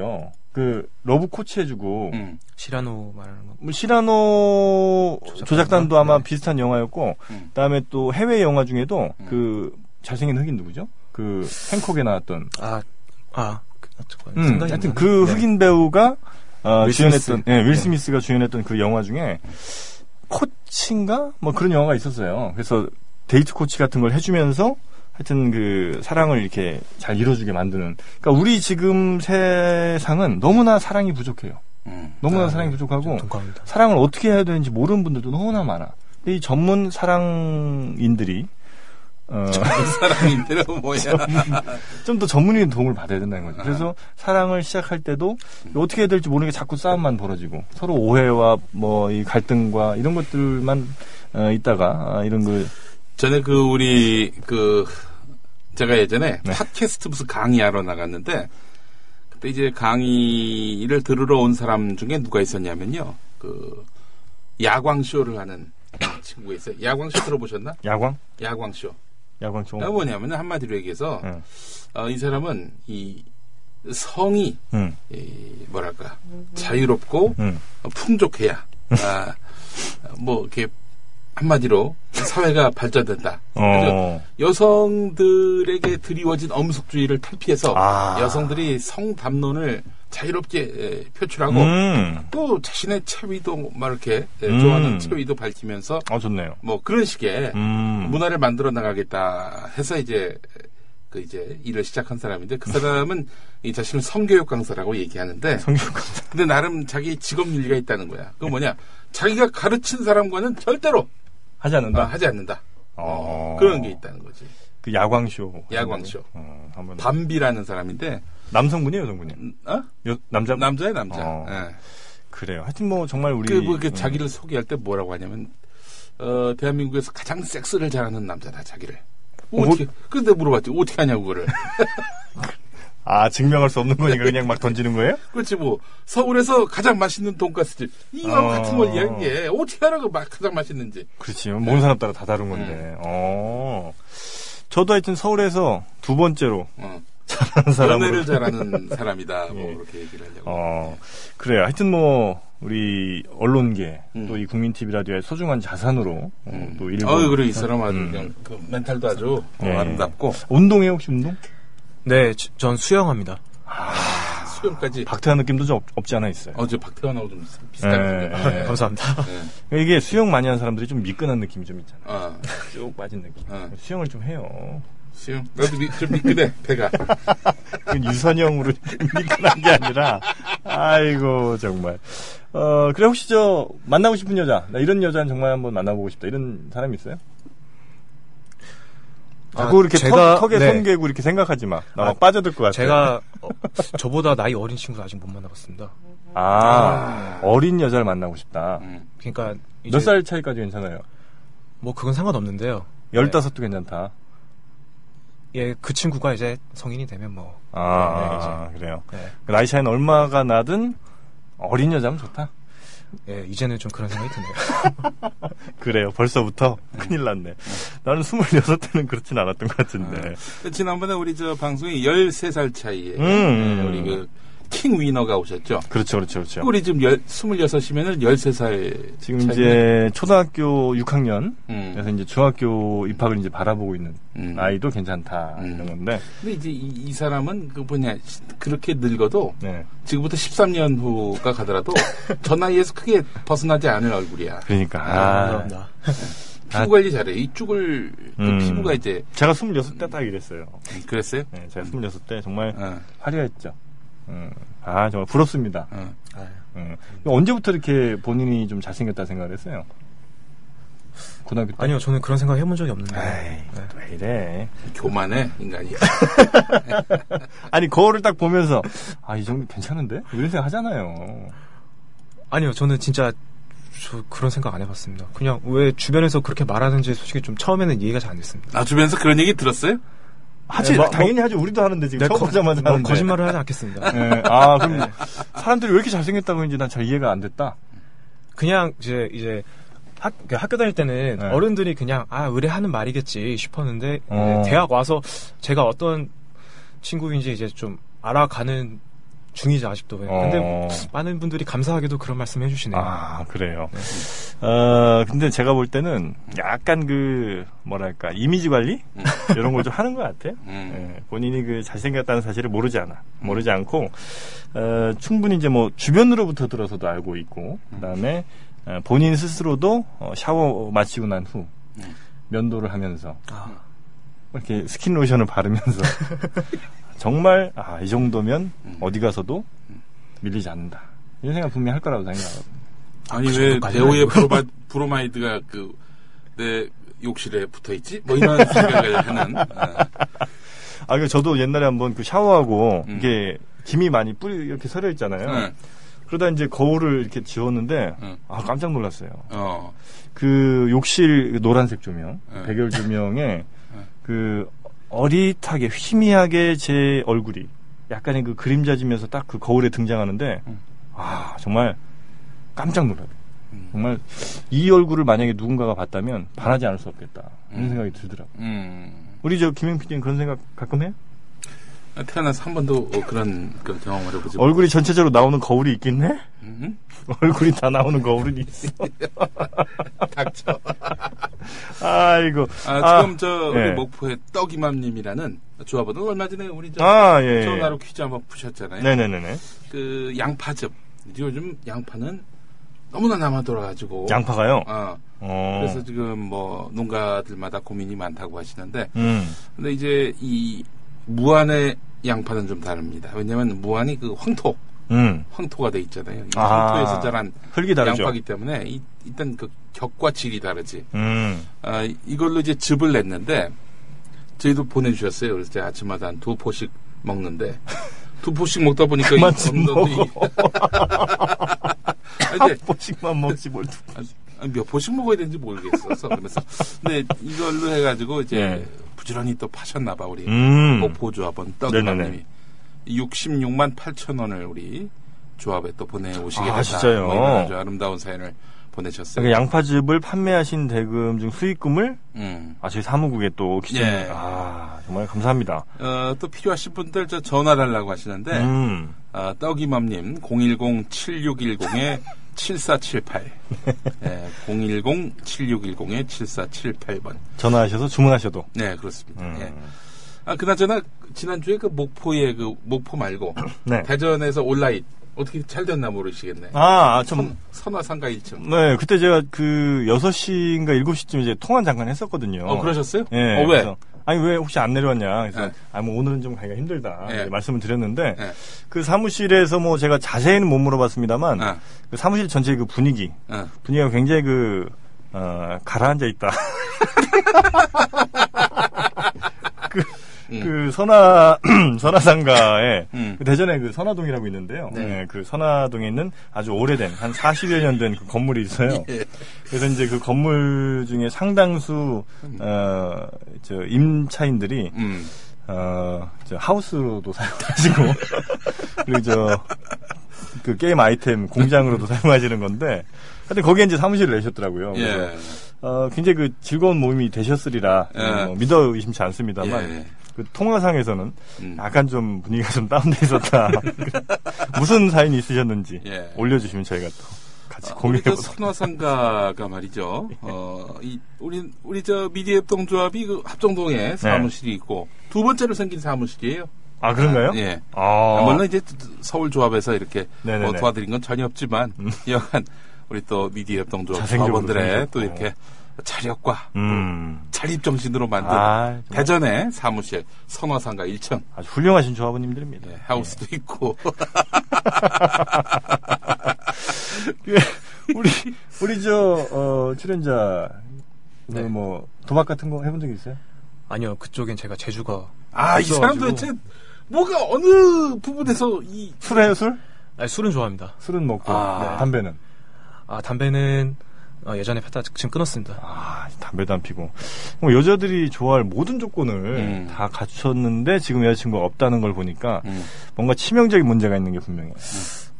[SPEAKER 2] 그 러브 코치 해주고
[SPEAKER 4] 음.
[SPEAKER 3] 시라노 말하는 거.
[SPEAKER 2] 뭐 시라노 조작단도 아마 비슷한 영화였고
[SPEAKER 4] 네. 음.
[SPEAKER 2] 그다음에 또 해외 영화 중에도
[SPEAKER 4] 음.
[SPEAKER 2] 그 잘생긴 흑인 누구죠? 그 행콕에 나왔던
[SPEAKER 3] 아, 아, 그, 아, 잠깐
[SPEAKER 2] 음,
[SPEAKER 3] 생각이 안
[SPEAKER 2] 하여튼
[SPEAKER 3] 나네.
[SPEAKER 2] 그
[SPEAKER 3] 네.
[SPEAKER 2] 흑인 배우가 어,
[SPEAKER 3] 윌
[SPEAKER 2] 주연했던
[SPEAKER 3] 스미스.
[SPEAKER 2] 예, 윌
[SPEAKER 3] 네.
[SPEAKER 2] 스미스가 주연했던 그 영화 중에 코치인가 뭐 그런 영화가 있었어요. 그래서 데이트 코치 같은 걸 해주면서 하여튼 그 사랑을 이렇게 잘 이뤄주게 만드는. 그러니까 우리 지금 세상은 너무나 사랑이 부족해요.
[SPEAKER 4] 음. [laughs]
[SPEAKER 2] 너무나
[SPEAKER 3] 아,
[SPEAKER 2] 사랑이
[SPEAKER 3] 네.
[SPEAKER 2] 부족하고
[SPEAKER 3] 좀 동감합니다.
[SPEAKER 2] 사랑을 어떻게 해야 되는지 모르는 분들도 너무나 많아. 근데 이 전문 사랑인들이 어,
[SPEAKER 4] 사랑인데요, 뭐야.
[SPEAKER 2] 좀 더 전문인 도움을 받아야 된다는 거죠. 그래서 사랑을 시작할 때도 어떻게 해야 될지 모르게 자꾸 싸움만 벌어지고 서로 오해와 뭐 이 갈등과 이런 것들만 어, 있다가 아, 이런 걸
[SPEAKER 4] 전에 그 우리 그 제가 예전에 팟캐스트 무슨 강의하러 나갔는데 그때 이제 강의를 들으러 온 사람 중에 누가 있었냐면요. 그 야광 쇼를 하는 친구가 있어요. 야광 쇼 들어보셨나?
[SPEAKER 2] 야광
[SPEAKER 4] 야광 쇼.
[SPEAKER 2] 야광 좀
[SPEAKER 4] 그러니까 뭐냐면 한마디로 얘기해서
[SPEAKER 2] 응.
[SPEAKER 4] 어, 이 사람은 이 성이
[SPEAKER 2] 응,
[SPEAKER 4] 이 뭐랄까 자유롭고
[SPEAKER 2] 응.
[SPEAKER 4] 풍족해야 아, 뭐 이렇게 한마디로 사회가 발전된다. 그래서
[SPEAKER 2] 어.
[SPEAKER 4] 여성들에게 드리워진 엄숙주의를 탈피해서
[SPEAKER 2] 아.
[SPEAKER 4] 여성들이 성담론을 자유롭게 에, 표출하고
[SPEAKER 2] 음.
[SPEAKER 4] 또 자신의 체위도 막 이렇게 에,
[SPEAKER 2] 음.
[SPEAKER 4] 좋아하는 체위도 밝히면서
[SPEAKER 2] 아 좋네요.
[SPEAKER 4] 뭐 그런 식의
[SPEAKER 2] 음.
[SPEAKER 4] 문화를 만들어 나가겠다 해서 이제 그 이제 일을 시작한 사람인데 그 사람은 이 자신을 성교육 강사라고 얘기하는데
[SPEAKER 2] 성격 감사.
[SPEAKER 4] 근데 나름 자기 직업 윤리가 있다는 거야. 그 뭐냐 자기가 가르친 사람과는 절대로
[SPEAKER 2] 하지 않는다.
[SPEAKER 4] 아, 하지 않는다.
[SPEAKER 2] 어.
[SPEAKER 4] 그런 게 있다는 거지.
[SPEAKER 2] 그 야광 쇼.
[SPEAKER 4] 야광 쇼.
[SPEAKER 2] 어, 한번
[SPEAKER 4] 밤비라는 사람인데
[SPEAKER 2] 남성분이에요, 여성분이?
[SPEAKER 4] 음, 어?
[SPEAKER 2] 여, 남자
[SPEAKER 4] 남자야 남자.
[SPEAKER 2] 어.
[SPEAKER 4] 예.
[SPEAKER 2] 그래요. 하여튼 뭐 정말 우리
[SPEAKER 4] 그, 뭐, 그
[SPEAKER 2] 음.
[SPEAKER 4] 자기를 소개할 때 뭐라고 하냐면 어, 대한민국에서 가장 섹스를 잘하는 남자다 자기를.
[SPEAKER 2] 어,
[SPEAKER 4] 어떻게? 근데 물어봤지 어떻게 하냐고 그거를. [laughs]
[SPEAKER 2] 아 증명할 수 없는 거니까 그냥 막 던지는 거예요?
[SPEAKER 4] 그렇지 뭐 서울에서 가장 맛있는 돈가스집 이거
[SPEAKER 2] 어.
[SPEAKER 4] 같은 걸 이야기해 어떻게 하라고 막 가장 맛있는지
[SPEAKER 2] 그렇지. 모든 사람 따라 다 다른 건데.
[SPEAKER 4] 네.
[SPEAKER 2] 어. 저도 하여튼 서울에서 두 번째로 [laughs]
[SPEAKER 4] 어.
[SPEAKER 2] 하는 그 사람으로.
[SPEAKER 4] 연애를 잘하는
[SPEAKER 2] [laughs]
[SPEAKER 4] 사람이다 뭐
[SPEAKER 2] 예.
[SPEAKER 4] 그렇게 얘기를 하려고
[SPEAKER 2] 어. 그래요. 하여튼 뭐 우리 언론계
[SPEAKER 4] 음.
[SPEAKER 2] 또 이 국민 TV 라디오의 소중한 자산으로 어,
[SPEAKER 4] 음.
[SPEAKER 2] 또 일본
[SPEAKER 4] 어유 그래 이 사람 아주
[SPEAKER 2] 음.
[SPEAKER 4] 그냥 그 멘탈도 아주 어,
[SPEAKER 2] 예.
[SPEAKER 4] 아름답고
[SPEAKER 2] 운동해 혹시 운동?
[SPEAKER 3] 네, 저- 전 수영합니다.
[SPEAKER 4] 수영까지
[SPEAKER 2] 아. 박태환 느낌도 좀 없, 지 않아 있어요.
[SPEAKER 4] 어제 박태환하고 좀 비슷한
[SPEAKER 2] 예. [laughs]
[SPEAKER 4] 느낌이야. 예.
[SPEAKER 3] 네, 감사합니다.
[SPEAKER 4] 예.
[SPEAKER 2] 이게 수영 많이 하는 사람들이 좀 미끈한 느낌이 좀 있잖아.
[SPEAKER 4] 어,
[SPEAKER 2] 쭉 빠진 느낌.
[SPEAKER 4] 어.
[SPEAKER 2] 수영을 좀 해요.
[SPEAKER 4] 수영 나도 미, 좀 미끈해
[SPEAKER 2] [laughs]
[SPEAKER 4] 배가
[SPEAKER 2] 그 유선형으로 미끈한 게 아니라, 아이고, 정말. 어, 그래, 혹시 저, 만나고 싶은 여자, 나 이런 여자는 정말 한번 만나보고 싶다. 이런 사람 있어요? 자꾸 이렇게 턱, 에
[SPEAKER 3] 네,
[SPEAKER 2] 손개고 이렇게 생각하지 마. 나막
[SPEAKER 3] 아,
[SPEAKER 2] 빠져들 것 같아.
[SPEAKER 3] 제가 어, 저보다 나이 어린 친구를 아직 못 만나봤습니다.
[SPEAKER 2] 아, 어린 여자를 만나고 싶다.
[SPEAKER 4] 음.
[SPEAKER 3] 그러니까 이제
[SPEAKER 2] 몇 살 차이까지 괜찮아요?
[SPEAKER 3] 뭐 그건 상관없는데요.
[SPEAKER 2] 열다섯도 괜찮다.
[SPEAKER 3] 예, 그 친구가 이제 성인이 되면 뭐
[SPEAKER 2] 아, 그래요.
[SPEAKER 3] 네.
[SPEAKER 2] 나이 차이는 얼마가 나든 어린 여자면 좋다.
[SPEAKER 3] 예, 이제는 좀 그런 생각이 드네요.
[SPEAKER 2] 그래요. 벌써부터 큰일 났네. 나는 26 때는 그렇진
[SPEAKER 4] 그
[SPEAKER 2] 않았던 것 같은데.
[SPEAKER 4] 지난번에 네. 우리 저 방송에 13살 차이에
[SPEAKER 2] 음.
[SPEAKER 4] 예, 우리 그 킹 위너가 오셨죠.
[SPEAKER 2] 그렇죠, 그렇죠, 그렇죠.
[SPEAKER 4] 우리 지금 열, 26이면은 13살.
[SPEAKER 2] 지금 이제 초등학교 6학년 그래서
[SPEAKER 4] 음.
[SPEAKER 2] 이제 중학교 입학을 이제 바라보고 있는
[SPEAKER 4] 음.
[SPEAKER 2] 아이도 괜찮다
[SPEAKER 4] 음.
[SPEAKER 2] 이런 건데
[SPEAKER 4] 근데 이제 이, 이 사람은 그 뭐냐, 시- 그렇게 늙어도
[SPEAKER 2] 네.
[SPEAKER 4] 지금부터 13년 후가
[SPEAKER 2] [laughs]
[SPEAKER 4] 가더라도 저 나이에서 크게 벗어나지 않을 얼굴이야.
[SPEAKER 2] 그러니까 아,
[SPEAKER 3] 감사합니다.
[SPEAKER 2] 아.
[SPEAKER 4] 피부 관리 잘해. 이쪽을 그
[SPEAKER 2] 음.
[SPEAKER 4] 피부가 이제 음,
[SPEAKER 2] 제가 26대 딱 이랬어요.
[SPEAKER 4] 그랬어요.
[SPEAKER 2] 네, 제가 26대 정말
[SPEAKER 4] 어,
[SPEAKER 2] 화려했죠. 음. 아 정말 부럽습니다.
[SPEAKER 4] 어.
[SPEAKER 3] 아유.
[SPEAKER 2] 음. 언제부터 이렇게 본인이 좀 잘생겼다 생각을 했어요? 고등학교 때?
[SPEAKER 3] 아니요, 저는 그런 생각 해본 적이 없는데.
[SPEAKER 2] 에이,
[SPEAKER 3] 네.
[SPEAKER 2] 왜 이래?
[SPEAKER 4] 교만해 인간이.
[SPEAKER 2] 아니 거울을 딱 보면서 아 이 정도 괜찮은데? 이런 생각 하잖아요.
[SPEAKER 3] 아니요, 저는 진짜 저 그런 생각 안 해봤습니다. 그냥 왜 주변에서 그렇게 말하는지 솔직히 좀 처음에는 이해가 잘 안 됐습니다.
[SPEAKER 4] 아 주변에서 그런 얘기 들었어요?
[SPEAKER 2] 하지
[SPEAKER 3] 네, 뭐-
[SPEAKER 2] 당연히 하지 우리도 하는데 지금 네, 처음
[SPEAKER 3] 거-
[SPEAKER 2] 보자마자
[SPEAKER 3] 뭐
[SPEAKER 2] 하는데.
[SPEAKER 3] 거짓말을 하지 않겠습니다.
[SPEAKER 2] 예, 아, 그럼 사람들이 왜 이렇게 잘생겼다고 했는지 난 잘 이해가 안 됐다.
[SPEAKER 3] 그냥 이제 이제 학, 그 학교 다닐 때는
[SPEAKER 2] 네.
[SPEAKER 3] 어른들이 그냥 아 의뢰하는 말이겠지 싶었는데 이제
[SPEAKER 2] 어.
[SPEAKER 3] 대학 와서 제가 어떤 친구인지 이제 좀 알아가는 중이죠 아직도
[SPEAKER 2] 어.
[SPEAKER 3] 근데 많은 분들이 감사하게도 그런 말씀 해주시네요
[SPEAKER 2] 아, 그래요. 어, 근데 제가 볼 때는 약간 그, 뭐랄까, 이미지 관리?
[SPEAKER 4] 음.
[SPEAKER 2] 이런 걸 좀 하는 것 같아.
[SPEAKER 4] 음.
[SPEAKER 2] 예, 본인이 그 잘생겼다는 사실을 모르지 않아. 모르지 않고, 어, 충분히 이제 뭐 주변으로부터 들어서도 알고 있고, 그 다음에 본인 스스로도 어, 샤워 마치고 난 후,
[SPEAKER 4] 음.
[SPEAKER 2] 면도를 하면서,
[SPEAKER 3] 아.
[SPEAKER 2] 이렇게 스킨 로션을 바르면서 정말 아, 이 정도면
[SPEAKER 4] 음.
[SPEAKER 2] 어디 가서도 밀리지 않는다. 이런 생각 분명히 할 거라고 생각하거든요.
[SPEAKER 4] 아니
[SPEAKER 3] 그
[SPEAKER 4] 왜
[SPEAKER 3] 정도까지는
[SPEAKER 4] 배우의
[SPEAKER 3] 아니고.
[SPEAKER 4] 브로마, 브로마이드가 그 내 욕실에 붙어 있지? 뭐 이런 생각을 하는. 어.
[SPEAKER 2] 아, 그 저도 옛날에 한번 그 샤워하고
[SPEAKER 4] 음.
[SPEAKER 2] 이게 김이 많이 뿌리 이렇게 서려 있잖아요.
[SPEAKER 4] 네.
[SPEAKER 2] 그러다 이제 거울을 이렇게 지웠는데
[SPEAKER 4] 음.
[SPEAKER 2] 아, 깜짝 놀랐어요.
[SPEAKER 4] 어.
[SPEAKER 2] 그 욕실 그 노란색 조명,
[SPEAKER 4] 음.
[SPEAKER 2] 백열
[SPEAKER 4] [laughs]
[SPEAKER 2] 조명에 그 어릿하게 희미하게 제 얼굴이 약간의 그 그림자 지면서 딱 그 거울에 등장하는데
[SPEAKER 4] 음.
[SPEAKER 2] 아, 정말 깜짝 놀라요.
[SPEAKER 4] 음.
[SPEAKER 2] 정말 이 얼굴을 만약에 누군가가 봤다면 반하지 않을 수 없겠다 이런
[SPEAKER 4] 음.
[SPEAKER 2] 생각이 들더라고. 요
[SPEAKER 4] 음.
[SPEAKER 2] 우리 저 김영 PD는 그런 생각 가끔 해요?
[SPEAKER 4] 아, 태어나서 한 번도 어, 그런 그런 경험을 해보지.
[SPEAKER 2] 얼굴이 전체적으로 나오는 거울이 있긴 해? [laughs]
[SPEAKER 4] 음?
[SPEAKER 2] 얼굴이 다 나오는 거울은 있어.
[SPEAKER 4] 닥쳐.
[SPEAKER 2] 아이고.
[SPEAKER 4] 아, 지금 저 우리
[SPEAKER 2] 예.
[SPEAKER 4] 목포의 떡이맘님이라는 조합원은 얼마 전에 우리 저
[SPEAKER 2] 아, 예.
[SPEAKER 4] 저 나로 퀴즈 한번 푸셨잖아요.
[SPEAKER 2] 네네네네.
[SPEAKER 4] 그 양파즙. 요즘 양파는 너무나 남아 돌아가지고.
[SPEAKER 2] 양파가요?
[SPEAKER 4] 어.
[SPEAKER 2] 어.
[SPEAKER 4] 그래서 지금 뭐 농가들마다 고민이 많다고 하시는데
[SPEAKER 2] 음.
[SPEAKER 4] 근데 이제 이 무안의 양파는 좀 다릅니다. 왜냐하면 무안이 그 황토
[SPEAKER 2] 음.
[SPEAKER 4] 황토가 돼 있잖아요. 이
[SPEAKER 2] 아.
[SPEAKER 4] 황토에서 자란
[SPEAKER 2] 흙이 다르죠.
[SPEAKER 4] 양파기 때문에 이- 일단 그 격과 질이 다르지.
[SPEAKER 2] 음.
[SPEAKER 4] 아, 이걸로 이제 즙을 냈는데 저희도 보내주셨어요. 그래서 제가 아침마다 한 두 포씩 먹는데 두 포씩 먹다 보니까
[SPEAKER 2] 그만
[SPEAKER 4] 이
[SPEAKER 2] 좀
[SPEAKER 4] 건더기-
[SPEAKER 2] 먹어. [laughs]
[SPEAKER 4] 아,
[SPEAKER 2] 한
[SPEAKER 4] 이제
[SPEAKER 2] 번씩만 먹지 뭘. 두-
[SPEAKER 4] 아, 몇 포씩 먹어야 되는지 모르겠어서 그래서 근데 이걸로 해가지고 이제
[SPEAKER 2] 예.
[SPEAKER 4] 부지런히 또 파셨나봐 우리
[SPEAKER 2] 음.
[SPEAKER 4] 목포 조합원
[SPEAKER 2] 네네네.
[SPEAKER 4] 떡님이 66만 8천 원을 우리 조합에 또 보내오시게
[SPEAKER 2] 아,
[SPEAKER 4] 됐다.
[SPEAKER 2] 진짜요?
[SPEAKER 4] 뭐 이런 아주 아름다운 사연을 보내셨어요.
[SPEAKER 2] 그러니까 양파즙을 판매하신 대금 중 수익금을
[SPEAKER 4] 음.
[SPEAKER 2] 아 저희 사무국에 또 기재.
[SPEAKER 4] 예.
[SPEAKER 2] 아 정말 감사합니다.
[SPEAKER 4] 어, 또 필요하신 분들 저 전화 달라고 하시는데
[SPEAKER 2] 음.
[SPEAKER 4] 아,
[SPEAKER 2] [laughs]
[SPEAKER 4] 떡이맘님 010-7610에 7478 예, 010-7610에 7478번
[SPEAKER 2] 전화하셔서 주문하셔도.
[SPEAKER 4] 네 그렇습니다
[SPEAKER 2] 음.
[SPEAKER 4] 예. 아 그나저나 지난주에 그 목포에 그 목포 말고
[SPEAKER 2] 네.
[SPEAKER 4] 대전에서 온라인 어떻게 잘 됐나 모르시겠네
[SPEAKER 2] 아, 아, 좀,
[SPEAKER 4] 선화상가 1층
[SPEAKER 2] 네, 그때 제가 그 6시인가 7시쯤 이제 통화 잠깐 했었거든요.
[SPEAKER 4] 어, 그러셨어요?
[SPEAKER 2] 예.
[SPEAKER 4] 어, 왜?
[SPEAKER 2] 그래서, 아니, 왜 혹시 안 내려왔냐. 그래서,
[SPEAKER 4] 예.
[SPEAKER 2] 아, 뭐 오늘은 좀 가기가 힘들다.
[SPEAKER 4] 예.
[SPEAKER 2] 이렇게 말씀을 드렸는데,
[SPEAKER 4] 예.
[SPEAKER 2] 그 사무실에서 뭐 제가 자세히는 못 물어봤습니다만,
[SPEAKER 4] 예.
[SPEAKER 2] 그 사무실 전체의 그 분위기,
[SPEAKER 4] 어.
[SPEAKER 2] 분위기가 굉장히 그, 어, 가라앉아
[SPEAKER 4] [laughs]
[SPEAKER 2] 있다. 그,
[SPEAKER 4] 음.
[SPEAKER 2] 그 선화, [clears throat] 선화상가에,
[SPEAKER 4] 음.
[SPEAKER 2] 그 대전에 그 선화동이라고 있는데요.
[SPEAKER 4] 네.
[SPEAKER 2] 네, 그 선화동에 있는 아주 오래된, 한 40여 년 된 그 건물이 있어요.
[SPEAKER 4] [laughs] 예.
[SPEAKER 2] 그래서 이제 그 건물 중에 상당수, 어, 저, 임차인들이,
[SPEAKER 4] 음.
[SPEAKER 2] 어, 저 하우스로도
[SPEAKER 4] [laughs]
[SPEAKER 2] 사용하시고, 그리고 저, 그 게임 아이템 공장으로도 사용하시는 건데, 하여튼 거기에 이제 사무실을 내셨더라고요. 아, 그래서,
[SPEAKER 4] 예.
[SPEAKER 2] 어, 굉장히 그 즐거운 모임이 되셨으리라
[SPEAKER 4] 예.
[SPEAKER 2] 어, 믿어 의심치 않습니다만,
[SPEAKER 4] 예.
[SPEAKER 2] 그 통화상에서는
[SPEAKER 4] 음.
[SPEAKER 2] 약간 좀 분위기가 좀 다운돼
[SPEAKER 4] [laughs]
[SPEAKER 2] 있었다. 무슨 사연이 있으셨는지
[SPEAKER 4] 예. 아,
[SPEAKER 2] 올려주시면 저희가 또 같이
[SPEAKER 4] 우리 저
[SPEAKER 2] 공유해보도록. 예. [laughs]
[SPEAKER 4] 선화상가가 말이죠. 어, 이, 우리, 우리 저 미디협동조합이 그
[SPEAKER 2] 네.
[SPEAKER 4] 합정동에 사무실이 있고 두 번째로 생긴 사무실이에요.
[SPEAKER 2] 아 그런가요?
[SPEAKER 4] 예.
[SPEAKER 2] 아,
[SPEAKER 4] 물론 이제 서울조합에서 이렇게
[SPEAKER 2] 네네네. 음.
[SPEAKER 4] 뭐 도와드린 건 전혀 없지만 [laughs] 여간 우리 또 미디협동조합
[SPEAKER 2] 자생적으로
[SPEAKER 4] 조합원들의 또
[SPEAKER 2] 생겼고.
[SPEAKER 4] 이렇게 자력과
[SPEAKER 2] 음,
[SPEAKER 4] 자립정신으로 만든
[SPEAKER 2] 아, 정말.
[SPEAKER 4] 대전의 사무실 선화상가 1층
[SPEAKER 2] 아주 훌륭하신 조합원님들입니다.
[SPEAKER 4] 예, 하우스도 있고
[SPEAKER 2] 예. 우리 우리 저 어, 출연자
[SPEAKER 3] 네.
[SPEAKER 2] 뭐 도박 같은 거 해본 적 있어요?
[SPEAKER 3] 아니요, 그쪽엔 제가 재주가
[SPEAKER 4] 아 이 사람
[SPEAKER 3] 없어가지고.
[SPEAKER 4] 도대체 뭐가 어느 부분에서 이
[SPEAKER 2] 술해요 술?
[SPEAKER 3] 아니, 술은 좋아합니다.
[SPEAKER 2] 술은 먹고
[SPEAKER 4] 아.
[SPEAKER 2] 네, 담배는
[SPEAKER 3] 아 담배는 어, 예전에 폈다 지금 끊었습니다.
[SPEAKER 2] 아 담배도 안 피고 뭐 여자들이 좋아할 모든 조건을
[SPEAKER 4] 음.
[SPEAKER 2] 다 갖췄는데 지금 여자친구가 없다는 걸 보니까
[SPEAKER 4] 음.
[SPEAKER 2] 뭔가 치명적인 문제가 있는 게 분명해요.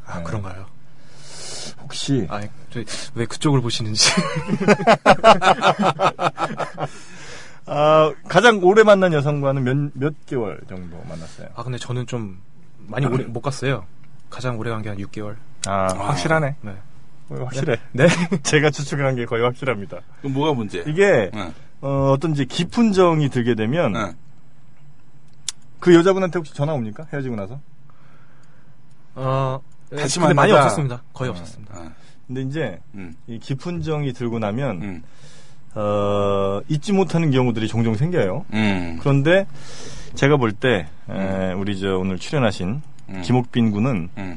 [SPEAKER 3] 아
[SPEAKER 2] 네.
[SPEAKER 3] 그런가요?
[SPEAKER 2] 혹시
[SPEAKER 3] 아니 저왜 그쪽을 보시는지 [laughs]
[SPEAKER 2] 아, 가장 오래 만난 여성과는 몇, 몇 개월 정도 만났어요?
[SPEAKER 3] 아 근데 저는 좀 많이 오래 못 갔어요. 가장 오래 간 게 한 6개월.
[SPEAKER 2] 아, 확실하네.
[SPEAKER 3] 네.
[SPEAKER 2] 어, 확실해.
[SPEAKER 3] 네.
[SPEAKER 2] [laughs] 제가 추측한 게 거의 확실합니다.
[SPEAKER 4] 그 뭐가 문제?
[SPEAKER 2] 이게
[SPEAKER 4] 응,
[SPEAKER 2] 어, 어떤지 깊은 정이 들게 되면
[SPEAKER 4] 응.
[SPEAKER 2] 그 여자분한테 혹시 전화 옵니까? 헤어지고 나서?
[SPEAKER 3] [laughs] 어,
[SPEAKER 4] 다시
[SPEAKER 3] 근데 많이
[SPEAKER 4] 만나다.
[SPEAKER 3] 없었습니다. 거의 없었습니다.
[SPEAKER 4] 아,
[SPEAKER 2] 근데 이제
[SPEAKER 4] 음,
[SPEAKER 2] 이 깊은 정이 들고 나면
[SPEAKER 4] 음,
[SPEAKER 2] 어, 잊지 못하는 경우들이 종종 생겨요.
[SPEAKER 4] 음.
[SPEAKER 2] 그런데 제가 볼 때 우리 저 오늘 출연하신
[SPEAKER 4] 음.
[SPEAKER 2] 김옥빈 군은
[SPEAKER 4] 음.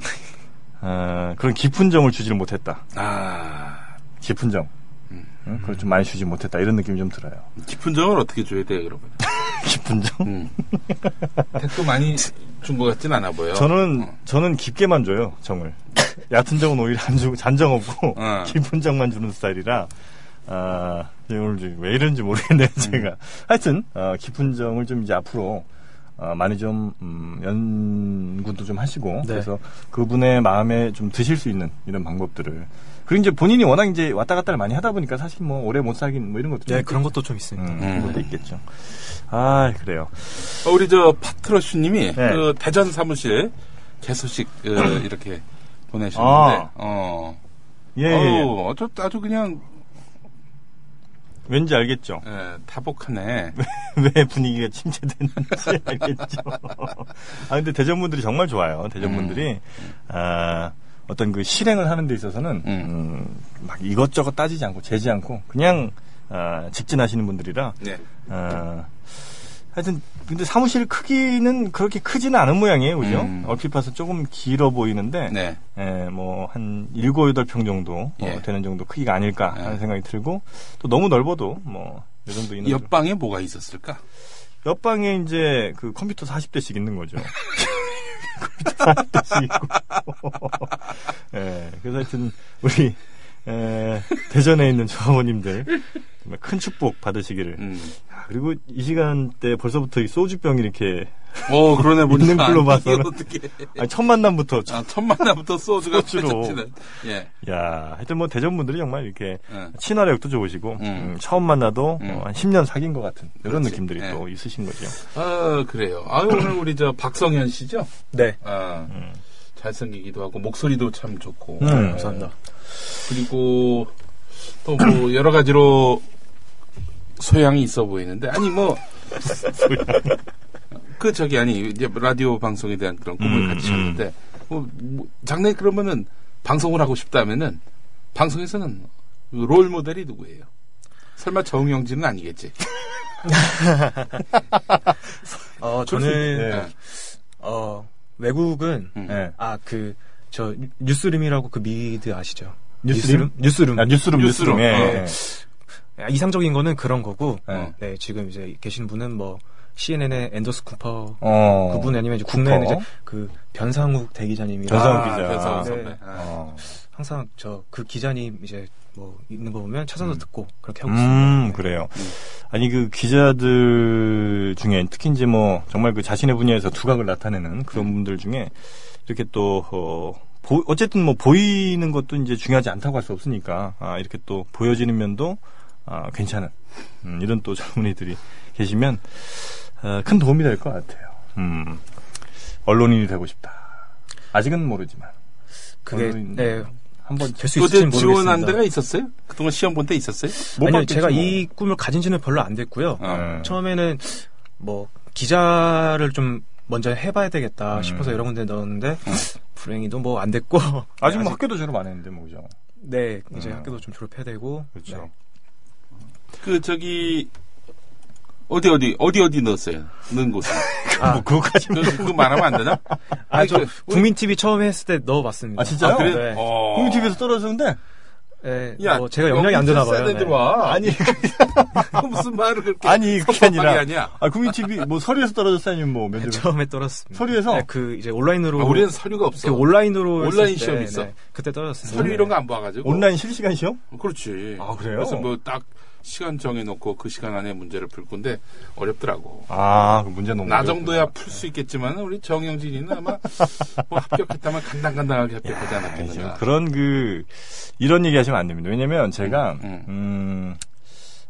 [SPEAKER 2] 어, 그런 깊은 정을 주지를 못했다.
[SPEAKER 4] 아,
[SPEAKER 2] 깊은 정.
[SPEAKER 4] 음.
[SPEAKER 2] 응? 그걸 좀 많이 주지 못했다. 이런 느낌이 좀 들어요. [laughs]
[SPEAKER 4] 깊은 정을 어떻게 줘야 돼, 그러면?
[SPEAKER 2] 깊은 정? [laughs]
[SPEAKER 4] 음. 택도 많이 준 것 같진 않아 보여.
[SPEAKER 2] 저는
[SPEAKER 4] 어.
[SPEAKER 2] 저는 깊게만 줘요 정을 얕은 정은 오히려 안 주고 잔정 없고
[SPEAKER 4] 어.
[SPEAKER 2] 깊은 정만 주는 스타일이라 아 오늘 좀왜 이런지 모르겠네요
[SPEAKER 4] 음.
[SPEAKER 2] 제가 하여튼 어, 깊은 정을 좀 이제 앞으로 어, 많이 좀 음, 연구도 좀 하시고
[SPEAKER 3] 네.
[SPEAKER 2] 그래서 그분의 마음에 좀 드실 수 있는 이런 방법들을 그리고 이제 본인이 워낙 이제 왔다 갔다를 많이 하다 보니까 사실 뭐 오래 못 살긴 뭐 이런 것도 좀
[SPEAKER 3] 네 그런 것도 좀 있습니다.
[SPEAKER 2] 음,
[SPEAKER 4] 음.
[SPEAKER 2] 그런 것도 있겠죠 아 그래요
[SPEAKER 4] 어, 우리 저 파트러슈님이
[SPEAKER 2] 네. 음.
[SPEAKER 4] 그 대전 사무실 개소식 어, 이렇게 보내셨는데,
[SPEAKER 2] 아.
[SPEAKER 4] 어,
[SPEAKER 2] 예, 예, 예.
[SPEAKER 4] 어우, 아주, 아주 그냥
[SPEAKER 2] 왠지 알겠죠
[SPEAKER 4] 예, 다복하네.
[SPEAKER 2] [laughs] 왜 분위기가 침체됐는지 [laughs] 알겠죠. 아 근데 대전분들이 정말 좋아요. 대전분들이 아, 어떤 그 실행을 하는 데 있어서는
[SPEAKER 4] 음.
[SPEAKER 2] 음, 막 이것저것 따지지 않고 재지 않고 그냥 아, 직진하시는 분들이라
[SPEAKER 4] 네.
[SPEAKER 2] 아, 하여튼 근데 사무실 크기는 그렇게 크지는 않은 모양이에요, 그죠?
[SPEAKER 4] 음.
[SPEAKER 2] 얼핏 봐서 조금 길어 보이는데 예,
[SPEAKER 4] 네.
[SPEAKER 2] 뭐한 7, 8평 정도 뭐
[SPEAKER 4] 예.
[SPEAKER 2] 되는 정도 크기가 아닐까 하는
[SPEAKER 4] 예.
[SPEAKER 2] 생각이 들고 또 너무 넓어도 뭐 이 정도 있는 줄-
[SPEAKER 4] 네. 옆방에 뭐가 있었을까?
[SPEAKER 2] 옆방에 이제 그 컴퓨터 40대씩 있는
[SPEAKER 4] [laughs]
[SPEAKER 2] 거죠. 컴퓨터 40대씩 있고. [laughs] 예, 그래서 하여튼 우리 에, 대전에 있는 조합원님들 정말 큰 축복 받으시기를.
[SPEAKER 4] 음.
[SPEAKER 2] 아, 그리고 이 시간 때 벌써부터 이 소주병 이렇게
[SPEAKER 4] 오, 어, 그러네 보니까.
[SPEAKER 2] 있는 걸로 봐서는.
[SPEAKER 4] 어떻게.
[SPEAKER 2] 아니, 첫 만남부터
[SPEAKER 4] 아, 첫 만남부터 소주가
[SPEAKER 2] 소주로.
[SPEAKER 4] 펼쳐지는. 예.
[SPEAKER 2] 야, 하여튼 뭐 대전 분들이 정말 이렇게
[SPEAKER 4] 예.
[SPEAKER 2] 친화력도 좋으시고
[SPEAKER 4] 음.
[SPEAKER 2] 음, 처음 만나도
[SPEAKER 4] 음.
[SPEAKER 2] 어, 한 10년 사귄 것 같은 이런
[SPEAKER 4] 그렇지.
[SPEAKER 2] 느낌들이
[SPEAKER 4] 예.
[SPEAKER 2] 또 있으신 거죠.
[SPEAKER 4] 아, 그래요. 아, 오늘 우리 저 박성현 씨죠?
[SPEAKER 3] 네.
[SPEAKER 4] 아, 잘생기기도 하고, 목소리도 참 좋고. 예.
[SPEAKER 2] 음.
[SPEAKER 3] 감사합니다.
[SPEAKER 4] 그리고 또 뭐 여러 가지로 소양이 있어 보이는데 아니 뭐 그 저기 아니 이제 라디오 방송에 대한 그런 꿈을
[SPEAKER 2] 음,
[SPEAKER 4] 가지셨는데 뭐, 뭐 장래 그러면은 방송을 하고 싶다면은 방송에서는 롤 모델이 누구예요? 설마 정영진은 아니겠지?
[SPEAKER 3] 어
[SPEAKER 2] 네.
[SPEAKER 4] [laughs]
[SPEAKER 3] 저는
[SPEAKER 4] 예.
[SPEAKER 3] 어 외국은
[SPEAKER 2] [laughs]
[SPEAKER 4] 음.
[SPEAKER 2] 예.
[SPEAKER 3] 아 그 저 뉴스룸이라고 그 미드 아시죠?
[SPEAKER 2] 뉴스룸?
[SPEAKER 3] 뉴스룸.
[SPEAKER 2] 아, 뉴스룸, 뉴스룸.
[SPEAKER 4] 뉴스룸.
[SPEAKER 2] 예,
[SPEAKER 4] 어.
[SPEAKER 2] 예.
[SPEAKER 3] 아, 이상적인 거는 그런 거고.
[SPEAKER 2] 예.
[SPEAKER 3] 네 지금 이제 계신 분은 뭐 CNN의 앤더스 쿠퍼
[SPEAKER 2] 어.
[SPEAKER 3] 그분 아니면 이제 국내에는
[SPEAKER 2] 쿠퍼?
[SPEAKER 3] 이제 그 변상욱 대기자님이랑
[SPEAKER 2] 변상욱
[SPEAKER 4] 아,
[SPEAKER 2] 기자.
[SPEAKER 4] 변상욱 선배.
[SPEAKER 3] 네.
[SPEAKER 4] 아.
[SPEAKER 2] 어.
[SPEAKER 3] 항상 저 그 기자님 이제 뭐 있는 거 보면 찾아서 듣고 그렇게 하고 있습니다.
[SPEAKER 2] 음, 그래요.
[SPEAKER 3] 네.
[SPEAKER 2] 아니, 그 기자들 중에 특히 이제 뭐 정말 그 자신의 분야에서 두각을 나타내는
[SPEAKER 3] 네.
[SPEAKER 2] 그런 분들 중에 이렇게 또, 어, 보- 어쨌든 뭐 보이는 것도 이제 중요하지 않다고 할 수 없으니까 아, 이렇게 또 [laughs] 보여지는 면도 아, 괜찮은 음, 이런 또 젊은이들이 계시면 어, 큰 도움이 될 것 같아요. 음, 언론인이 되고 싶다. 아직은 모르지만
[SPEAKER 3] 그게
[SPEAKER 2] 언론인.
[SPEAKER 3] 네,
[SPEAKER 2] 한번
[SPEAKER 3] 될수 있을지
[SPEAKER 4] 교대
[SPEAKER 3] 모르겠습니다.
[SPEAKER 4] 지원한 데가 있었어요? 그동안 시험 본 데 있었어요?
[SPEAKER 2] 못
[SPEAKER 3] 아니요,
[SPEAKER 2] 받겠지,
[SPEAKER 3] 제가
[SPEAKER 2] 뭐.
[SPEAKER 3] 이 꿈을 가진 지는 별로 안 됐고요.
[SPEAKER 2] 어.
[SPEAKER 3] 처음에는 뭐 기자를 좀 먼저 해봐야 되겠다
[SPEAKER 2] 음.
[SPEAKER 3] 싶어서 여러 군데 넣었는데 불행히도 뭐 안 됐고
[SPEAKER 2] [laughs] 아직 뭐
[SPEAKER 3] 네,
[SPEAKER 2] 학교도 졸업 안 했는데 뭐 그죠?
[SPEAKER 3] 네 이제
[SPEAKER 2] 음.
[SPEAKER 3] 학교도 좀 졸업해야 되고
[SPEAKER 2] 그렇죠.
[SPEAKER 3] 네.
[SPEAKER 4] 그 저기 어디 어디 어디 어디 넣었어요?
[SPEAKER 3] [laughs]
[SPEAKER 4] 넣은 곳.
[SPEAKER 2] 뭐 그거까지
[SPEAKER 4] 저 그거 말하면 안 되나?
[SPEAKER 3] 아, 저
[SPEAKER 4] 그-
[SPEAKER 3] 국민 TV 처음에 했을 때 넣어봤습니다.
[SPEAKER 2] 아, 진짜요?
[SPEAKER 4] 아, 그래?
[SPEAKER 3] 네.
[SPEAKER 4] 어.
[SPEAKER 2] 공집에서 떨어졌는데
[SPEAKER 3] 네,
[SPEAKER 4] 야,
[SPEAKER 3] 뭐 제가 영향이 안 되나 봐요. 네.
[SPEAKER 4] 아니,
[SPEAKER 2] 아니
[SPEAKER 4] [laughs] 무슨 말을 그렇게.
[SPEAKER 2] 아니 그게 아니라
[SPEAKER 4] 아니야.
[SPEAKER 2] 아 국민 TV 뭐 서류에서 떨어졌어 아니면 뭐 면접
[SPEAKER 3] 네, 처음에 떨었습니다.
[SPEAKER 2] 서류에서?
[SPEAKER 3] 네, 그 이제 온라인으로
[SPEAKER 4] 아, 우리는 서류가
[SPEAKER 3] 그
[SPEAKER 4] 없어.
[SPEAKER 3] 온라인으로 했을
[SPEAKER 4] 온라인
[SPEAKER 3] 때, 네,
[SPEAKER 4] 시험이 있어?
[SPEAKER 3] 그때 떨어졌습니다.
[SPEAKER 4] 서류
[SPEAKER 3] 네.
[SPEAKER 4] 이런 거 안 봐가지고.
[SPEAKER 2] 온라인 실시간 시험?
[SPEAKER 4] 그렇지.
[SPEAKER 2] 아, 그래요?
[SPEAKER 4] 그래서 뭐 딱 시간 정해놓고 그 시간 안에 문제를 풀 건데 어렵더라고.
[SPEAKER 2] 아, 그 문제 너무
[SPEAKER 4] 나
[SPEAKER 2] 어려웠구나.
[SPEAKER 4] 정도야 풀 수 있겠지만 우리 정영진이는 아마 뭐 합격했다면 간당간당하게 합격하지
[SPEAKER 2] 아니, 지금
[SPEAKER 4] 않았겠느냐.
[SPEAKER 2] 그런 그 이런 얘기하시면 안 됩니다. 왜냐면 제가
[SPEAKER 4] 음, 음.
[SPEAKER 2] 음,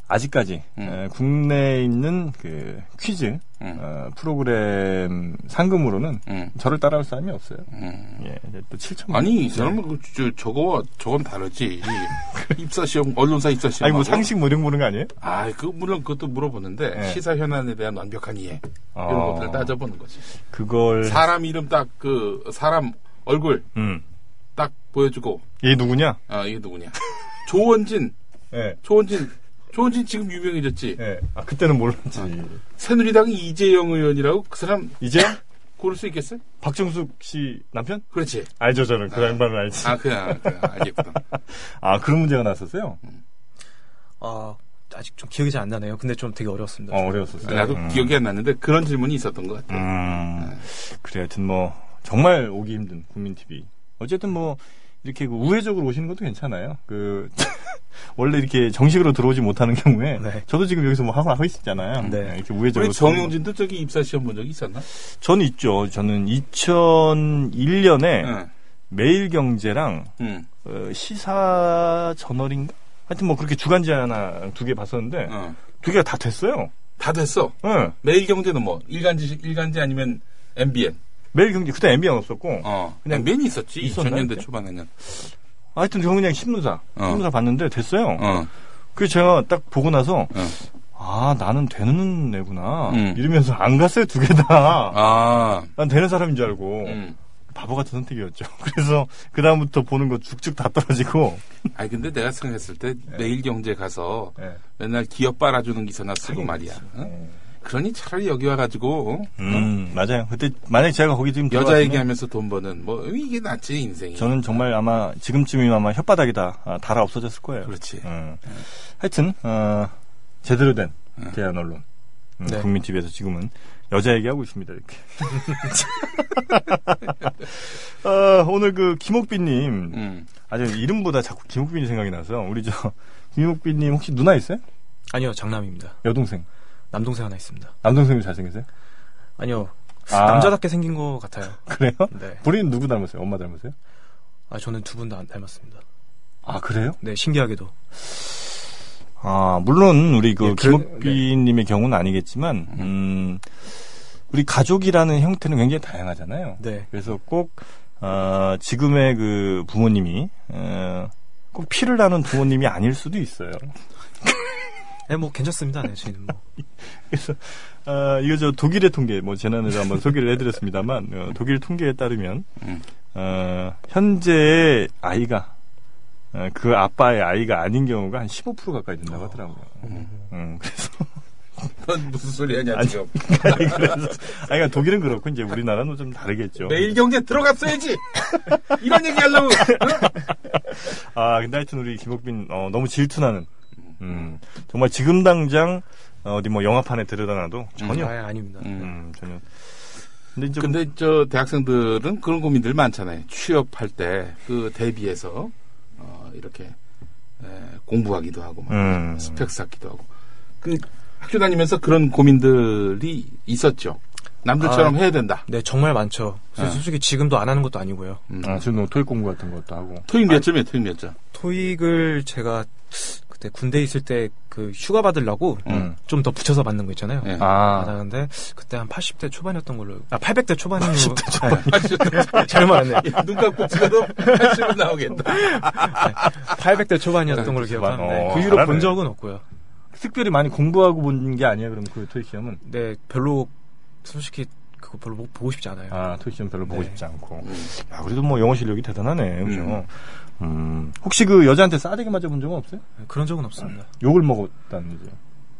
[SPEAKER 2] 아직까지
[SPEAKER 4] 음.
[SPEAKER 2] 에, 국내에 있는 그 퀴즈
[SPEAKER 4] 음.
[SPEAKER 2] 어, 프로그램 상금으로는
[SPEAKER 4] 음,
[SPEAKER 2] 저를 따라올 사람이 없어요.
[SPEAKER 4] 음.
[SPEAKER 2] 예, 이제 또 7천. 네.
[SPEAKER 4] 아니 이 사람은 그, 저, 저거와 저건 다르지. 입사 시험 언론사 입사 시험.
[SPEAKER 2] 아니 뭐 상식 뭐 이런 거 보는 거 아니에요?
[SPEAKER 4] 아, 그 물론 그것도 물어보는데
[SPEAKER 2] 네.
[SPEAKER 4] 시사 현안에 대한 완벽한 이해 이런
[SPEAKER 2] 어.
[SPEAKER 4] 것들을 따져보는 거지.
[SPEAKER 2] 그걸
[SPEAKER 4] 사람 이름 딱 그 사람 얼굴
[SPEAKER 2] 음.
[SPEAKER 4] 딱 보여주고
[SPEAKER 2] 얘 누구냐?
[SPEAKER 4] 아 이게 누구냐? 조원진,
[SPEAKER 2] 예.
[SPEAKER 4] 조원진, 조원진 지금 유명해졌지.
[SPEAKER 2] 예. 아 그때는 몰랐지.
[SPEAKER 3] 예.
[SPEAKER 4] 새누리당 이재영 의원이라고 그 사람
[SPEAKER 2] 이제
[SPEAKER 4] 고를 수 있겠어요?
[SPEAKER 2] 박정숙 씨 남편?
[SPEAKER 4] 그렇지.
[SPEAKER 2] 알죠, 저는 그 양반을 알지.
[SPEAKER 4] 아 그냥, 그냥 알겠구나.
[SPEAKER 2] 아 그런 문제가 났었어요.
[SPEAKER 3] 네. 아, 아직 좀 기억이 잘 안 나네요. 근데 좀 되게 어려웠습니다.
[SPEAKER 2] 어, 어려웠었어요.
[SPEAKER 4] 나도
[SPEAKER 2] 음.
[SPEAKER 4] 기억이 안 났는데 그런 질문이 있었던 것 같아.
[SPEAKER 2] 음, 그래, 하여튼 뭐, 정말 오기 힘든 국민TV. 어쨌든 뭐, 이렇게 그 우회적으로 오시는 것도 괜찮아요. 그, [laughs] 원래 이렇게 정식으로 들어오지 못하는 경우에,
[SPEAKER 3] 네.
[SPEAKER 2] 저도 지금 여기서 뭐 하고, 하고 있었잖아요.
[SPEAKER 3] 네.
[SPEAKER 2] 이렇게 우회적으로.
[SPEAKER 4] 우리 정용진도 저기 입사 시험 본 적이 있었나?
[SPEAKER 2] 저는 있죠. 저는 2001년에
[SPEAKER 4] 응.
[SPEAKER 2] 매일경제랑
[SPEAKER 4] 응.
[SPEAKER 2] 어, 시사 저널인가? 하여튼 뭐 그렇게 주간지 하나 두 개 봤었는데,
[SPEAKER 4] 응.
[SPEAKER 2] 두 개가 다 됐어요.
[SPEAKER 4] 다 됐어.
[SPEAKER 2] 예.
[SPEAKER 4] 매일경제는 뭐 일간지 일간지 아니면 MBN.
[SPEAKER 2] 매일경제, 그때 MBN 없었고,
[SPEAKER 4] 어.
[SPEAKER 2] 그냥
[SPEAKER 4] 그냥 맨이 있었지.
[SPEAKER 2] 음. 있었나,
[SPEAKER 4] 2000년대
[SPEAKER 2] 이렇게?
[SPEAKER 4] 초반에는.
[SPEAKER 2] 하여튼 저 그냥 신문사,
[SPEAKER 4] 어.
[SPEAKER 2] 신문사 봤는데 됐어요.
[SPEAKER 4] 어.
[SPEAKER 2] 그래서 제가 딱 보고 나서
[SPEAKER 4] 응.
[SPEAKER 2] 아 나는 되는 애구나
[SPEAKER 4] 음.
[SPEAKER 2] 이러면서 안 갔어요 두 개다
[SPEAKER 4] 아.
[SPEAKER 2] 난 되는 사람인 줄 알고
[SPEAKER 4] 음.
[SPEAKER 2] 바보 같은 선택이었죠 [laughs] 그래서 그 다음부터 보는 거 쭉쭉 다 떨어지고
[SPEAKER 4] 아니 근데 내가 생각했을 때 매일경제 가서
[SPEAKER 2] 네.
[SPEAKER 4] 맨날 기업 빨아주는 기사나 쓰고 말이야. 응? 그러니 차라리 여기 와가지고 어?
[SPEAKER 2] 음 맞아요 그때 만약에 제가 거기 지금
[SPEAKER 4] 여자
[SPEAKER 2] 들어갔으면
[SPEAKER 4] 얘기하면서 돈 버는 뭐 이게 낫지 인생이.
[SPEAKER 2] 저는 정말 아마 지금쯤이면 아마 혓바닥이다 아, 달아 없어졌을 거예요
[SPEAKER 4] 그렇지.
[SPEAKER 2] 음. 하여튼 어, 제대로 된
[SPEAKER 4] 음.
[SPEAKER 2] 대한 언론 음,
[SPEAKER 3] 네.
[SPEAKER 2] 국민 TV에서 지금은 여자 얘기하고 있습니다 이렇게. [laughs] 어, 오늘 그 김옥빈님
[SPEAKER 4] 음.
[SPEAKER 2] 아주 이름보다 자꾸 김옥빈이 생각이 나서 우리 저 김옥빈님 혹시 누나 있어요?
[SPEAKER 3] 아니요, 장남입니다.
[SPEAKER 2] 여동생
[SPEAKER 3] 남동생 하나 있습니다.
[SPEAKER 2] 남동생도 잘생겼어요?
[SPEAKER 3] 아니요,
[SPEAKER 2] 아.
[SPEAKER 3] 남자답게 생긴 것 같아요.
[SPEAKER 2] 그래요?
[SPEAKER 3] 네.
[SPEAKER 2] 본인은 누구 닮았어요? 엄마 닮았어요?
[SPEAKER 3] 아, 저는 두 분 다 닮았습니다.
[SPEAKER 2] 아 그래요?
[SPEAKER 3] 네, 신기하게도.
[SPEAKER 2] 아, 물론 우리 그
[SPEAKER 3] 예, 그런-
[SPEAKER 2] 김옥빈님의 경우는 아니겠지만, 음, 우리 가족이라는 형태는 굉장히 다양하잖아요.
[SPEAKER 3] 네.
[SPEAKER 2] 그래서 꼭 아, 지금의 그 부모님이 어, 꼭 피를 나는 부모님이 아닐 수도 있어요. [laughs]
[SPEAKER 3] 네, 뭐 괜찮습니다. 네, 저희는 뭐.
[SPEAKER 2] 그래서 아, 이거 저 독일의 통계, 뭐 재난에도 한번 소개를 해드렸습니다만 어, 독일 통계에 따르면
[SPEAKER 4] 음.
[SPEAKER 2] 어, 현재의 아이가 어, 그 아빠의 아이가 아닌 경우가 한 15% 가까이 된다고 하더라고요. 음, 그래서
[SPEAKER 4] 넌 무슨 소리 하냐
[SPEAKER 2] 아니,
[SPEAKER 4] 지금.
[SPEAKER 2] [laughs] 아니, 그래서. 아니, 그러니까 독일은 그렇고, 이제 우리나라는 좀 다르겠죠.
[SPEAKER 4] 매일경제
[SPEAKER 2] [laughs]
[SPEAKER 4] 들어갔어야지. 이런 얘기 하려고.
[SPEAKER 2] 아, 근데 하여튼 우리 김옥빈, 어, 너무 질투나는, 음, 정말 지금 당장, 어, 디뭐 영화판에 들여다놔도 [laughs] 전혀,
[SPEAKER 3] 아예 아닙니다.
[SPEAKER 4] 음.
[SPEAKER 2] 음, 전혀. 근데 좀,
[SPEAKER 4] 근데 저 대학생들은 그런 고민들 많잖아요. 취업할 때 그 대비해서 어, 이렇게 에, 공부하기도 하고 막
[SPEAKER 2] 음,
[SPEAKER 4] 스펙 쌓기도 하고 그 학교 다니면서 그런 고민들이 있었죠. 남들처럼
[SPEAKER 3] 아.
[SPEAKER 4] 해야 된다.
[SPEAKER 3] 네, 정말 많죠. 솔- 솔직히 지금도 안 하는 것도 아니고요.
[SPEAKER 2] 아, 지금 뭐 토익 공부 같은 것도 하고.
[SPEAKER 4] 토익 몇 점이에요? 토익 몇 점?
[SPEAKER 3] 토익을 제가 그 그때 군대 있을 때 그 휴가 받으려고
[SPEAKER 2] 음.
[SPEAKER 3] 좀 더 붙여서 받는 거 있잖아요.
[SPEAKER 4] 예.
[SPEAKER 2] 아,
[SPEAKER 3] 받았는데 그때 한 80대 초반이었던 걸로 아 800대 초반으로
[SPEAKER 2] 80대 초반.
[SPEAKER 3] 네. [laughs] 잘 말했네.
[SPEAKER 4] [laughs] 눈 감고 찍어도 80은 나오겠다.
[SPEAKER 3] 800대 초반이었던 걸로
[SPEAKER 2] 어,
[SPEAKER 3] 기억하는데 그 이후로
[SPEAKER 2] 잘하네.
[SPEAKER 3] 본 적은 없고요.
[SPEAKER 2] 특별히 많이 공부하고 본 게 아니에요. 그럼 그 토익 시험은
[SPEAKER 3] 네 별로 솔직히 그거 별로 보- 보고 싶지 않아요.
[SPEAKER 2] 아 토익 시험 별로 보고
[SPEAKER 3] 네.
[SPEAKER 2] 싶지 않고.
[SPEAKER 4] 음.
[SPEAKER 2] 아, 그래도 뭐 영어 실력이 대단하네, 그죠? 음, 혹시 그 여자한테 싸대기 맞아본 적은 없어요?
[SPEAKER 3] 그런 적은 없습니다.
[SPEAKER 2] 욕을 먹었다는 거죠.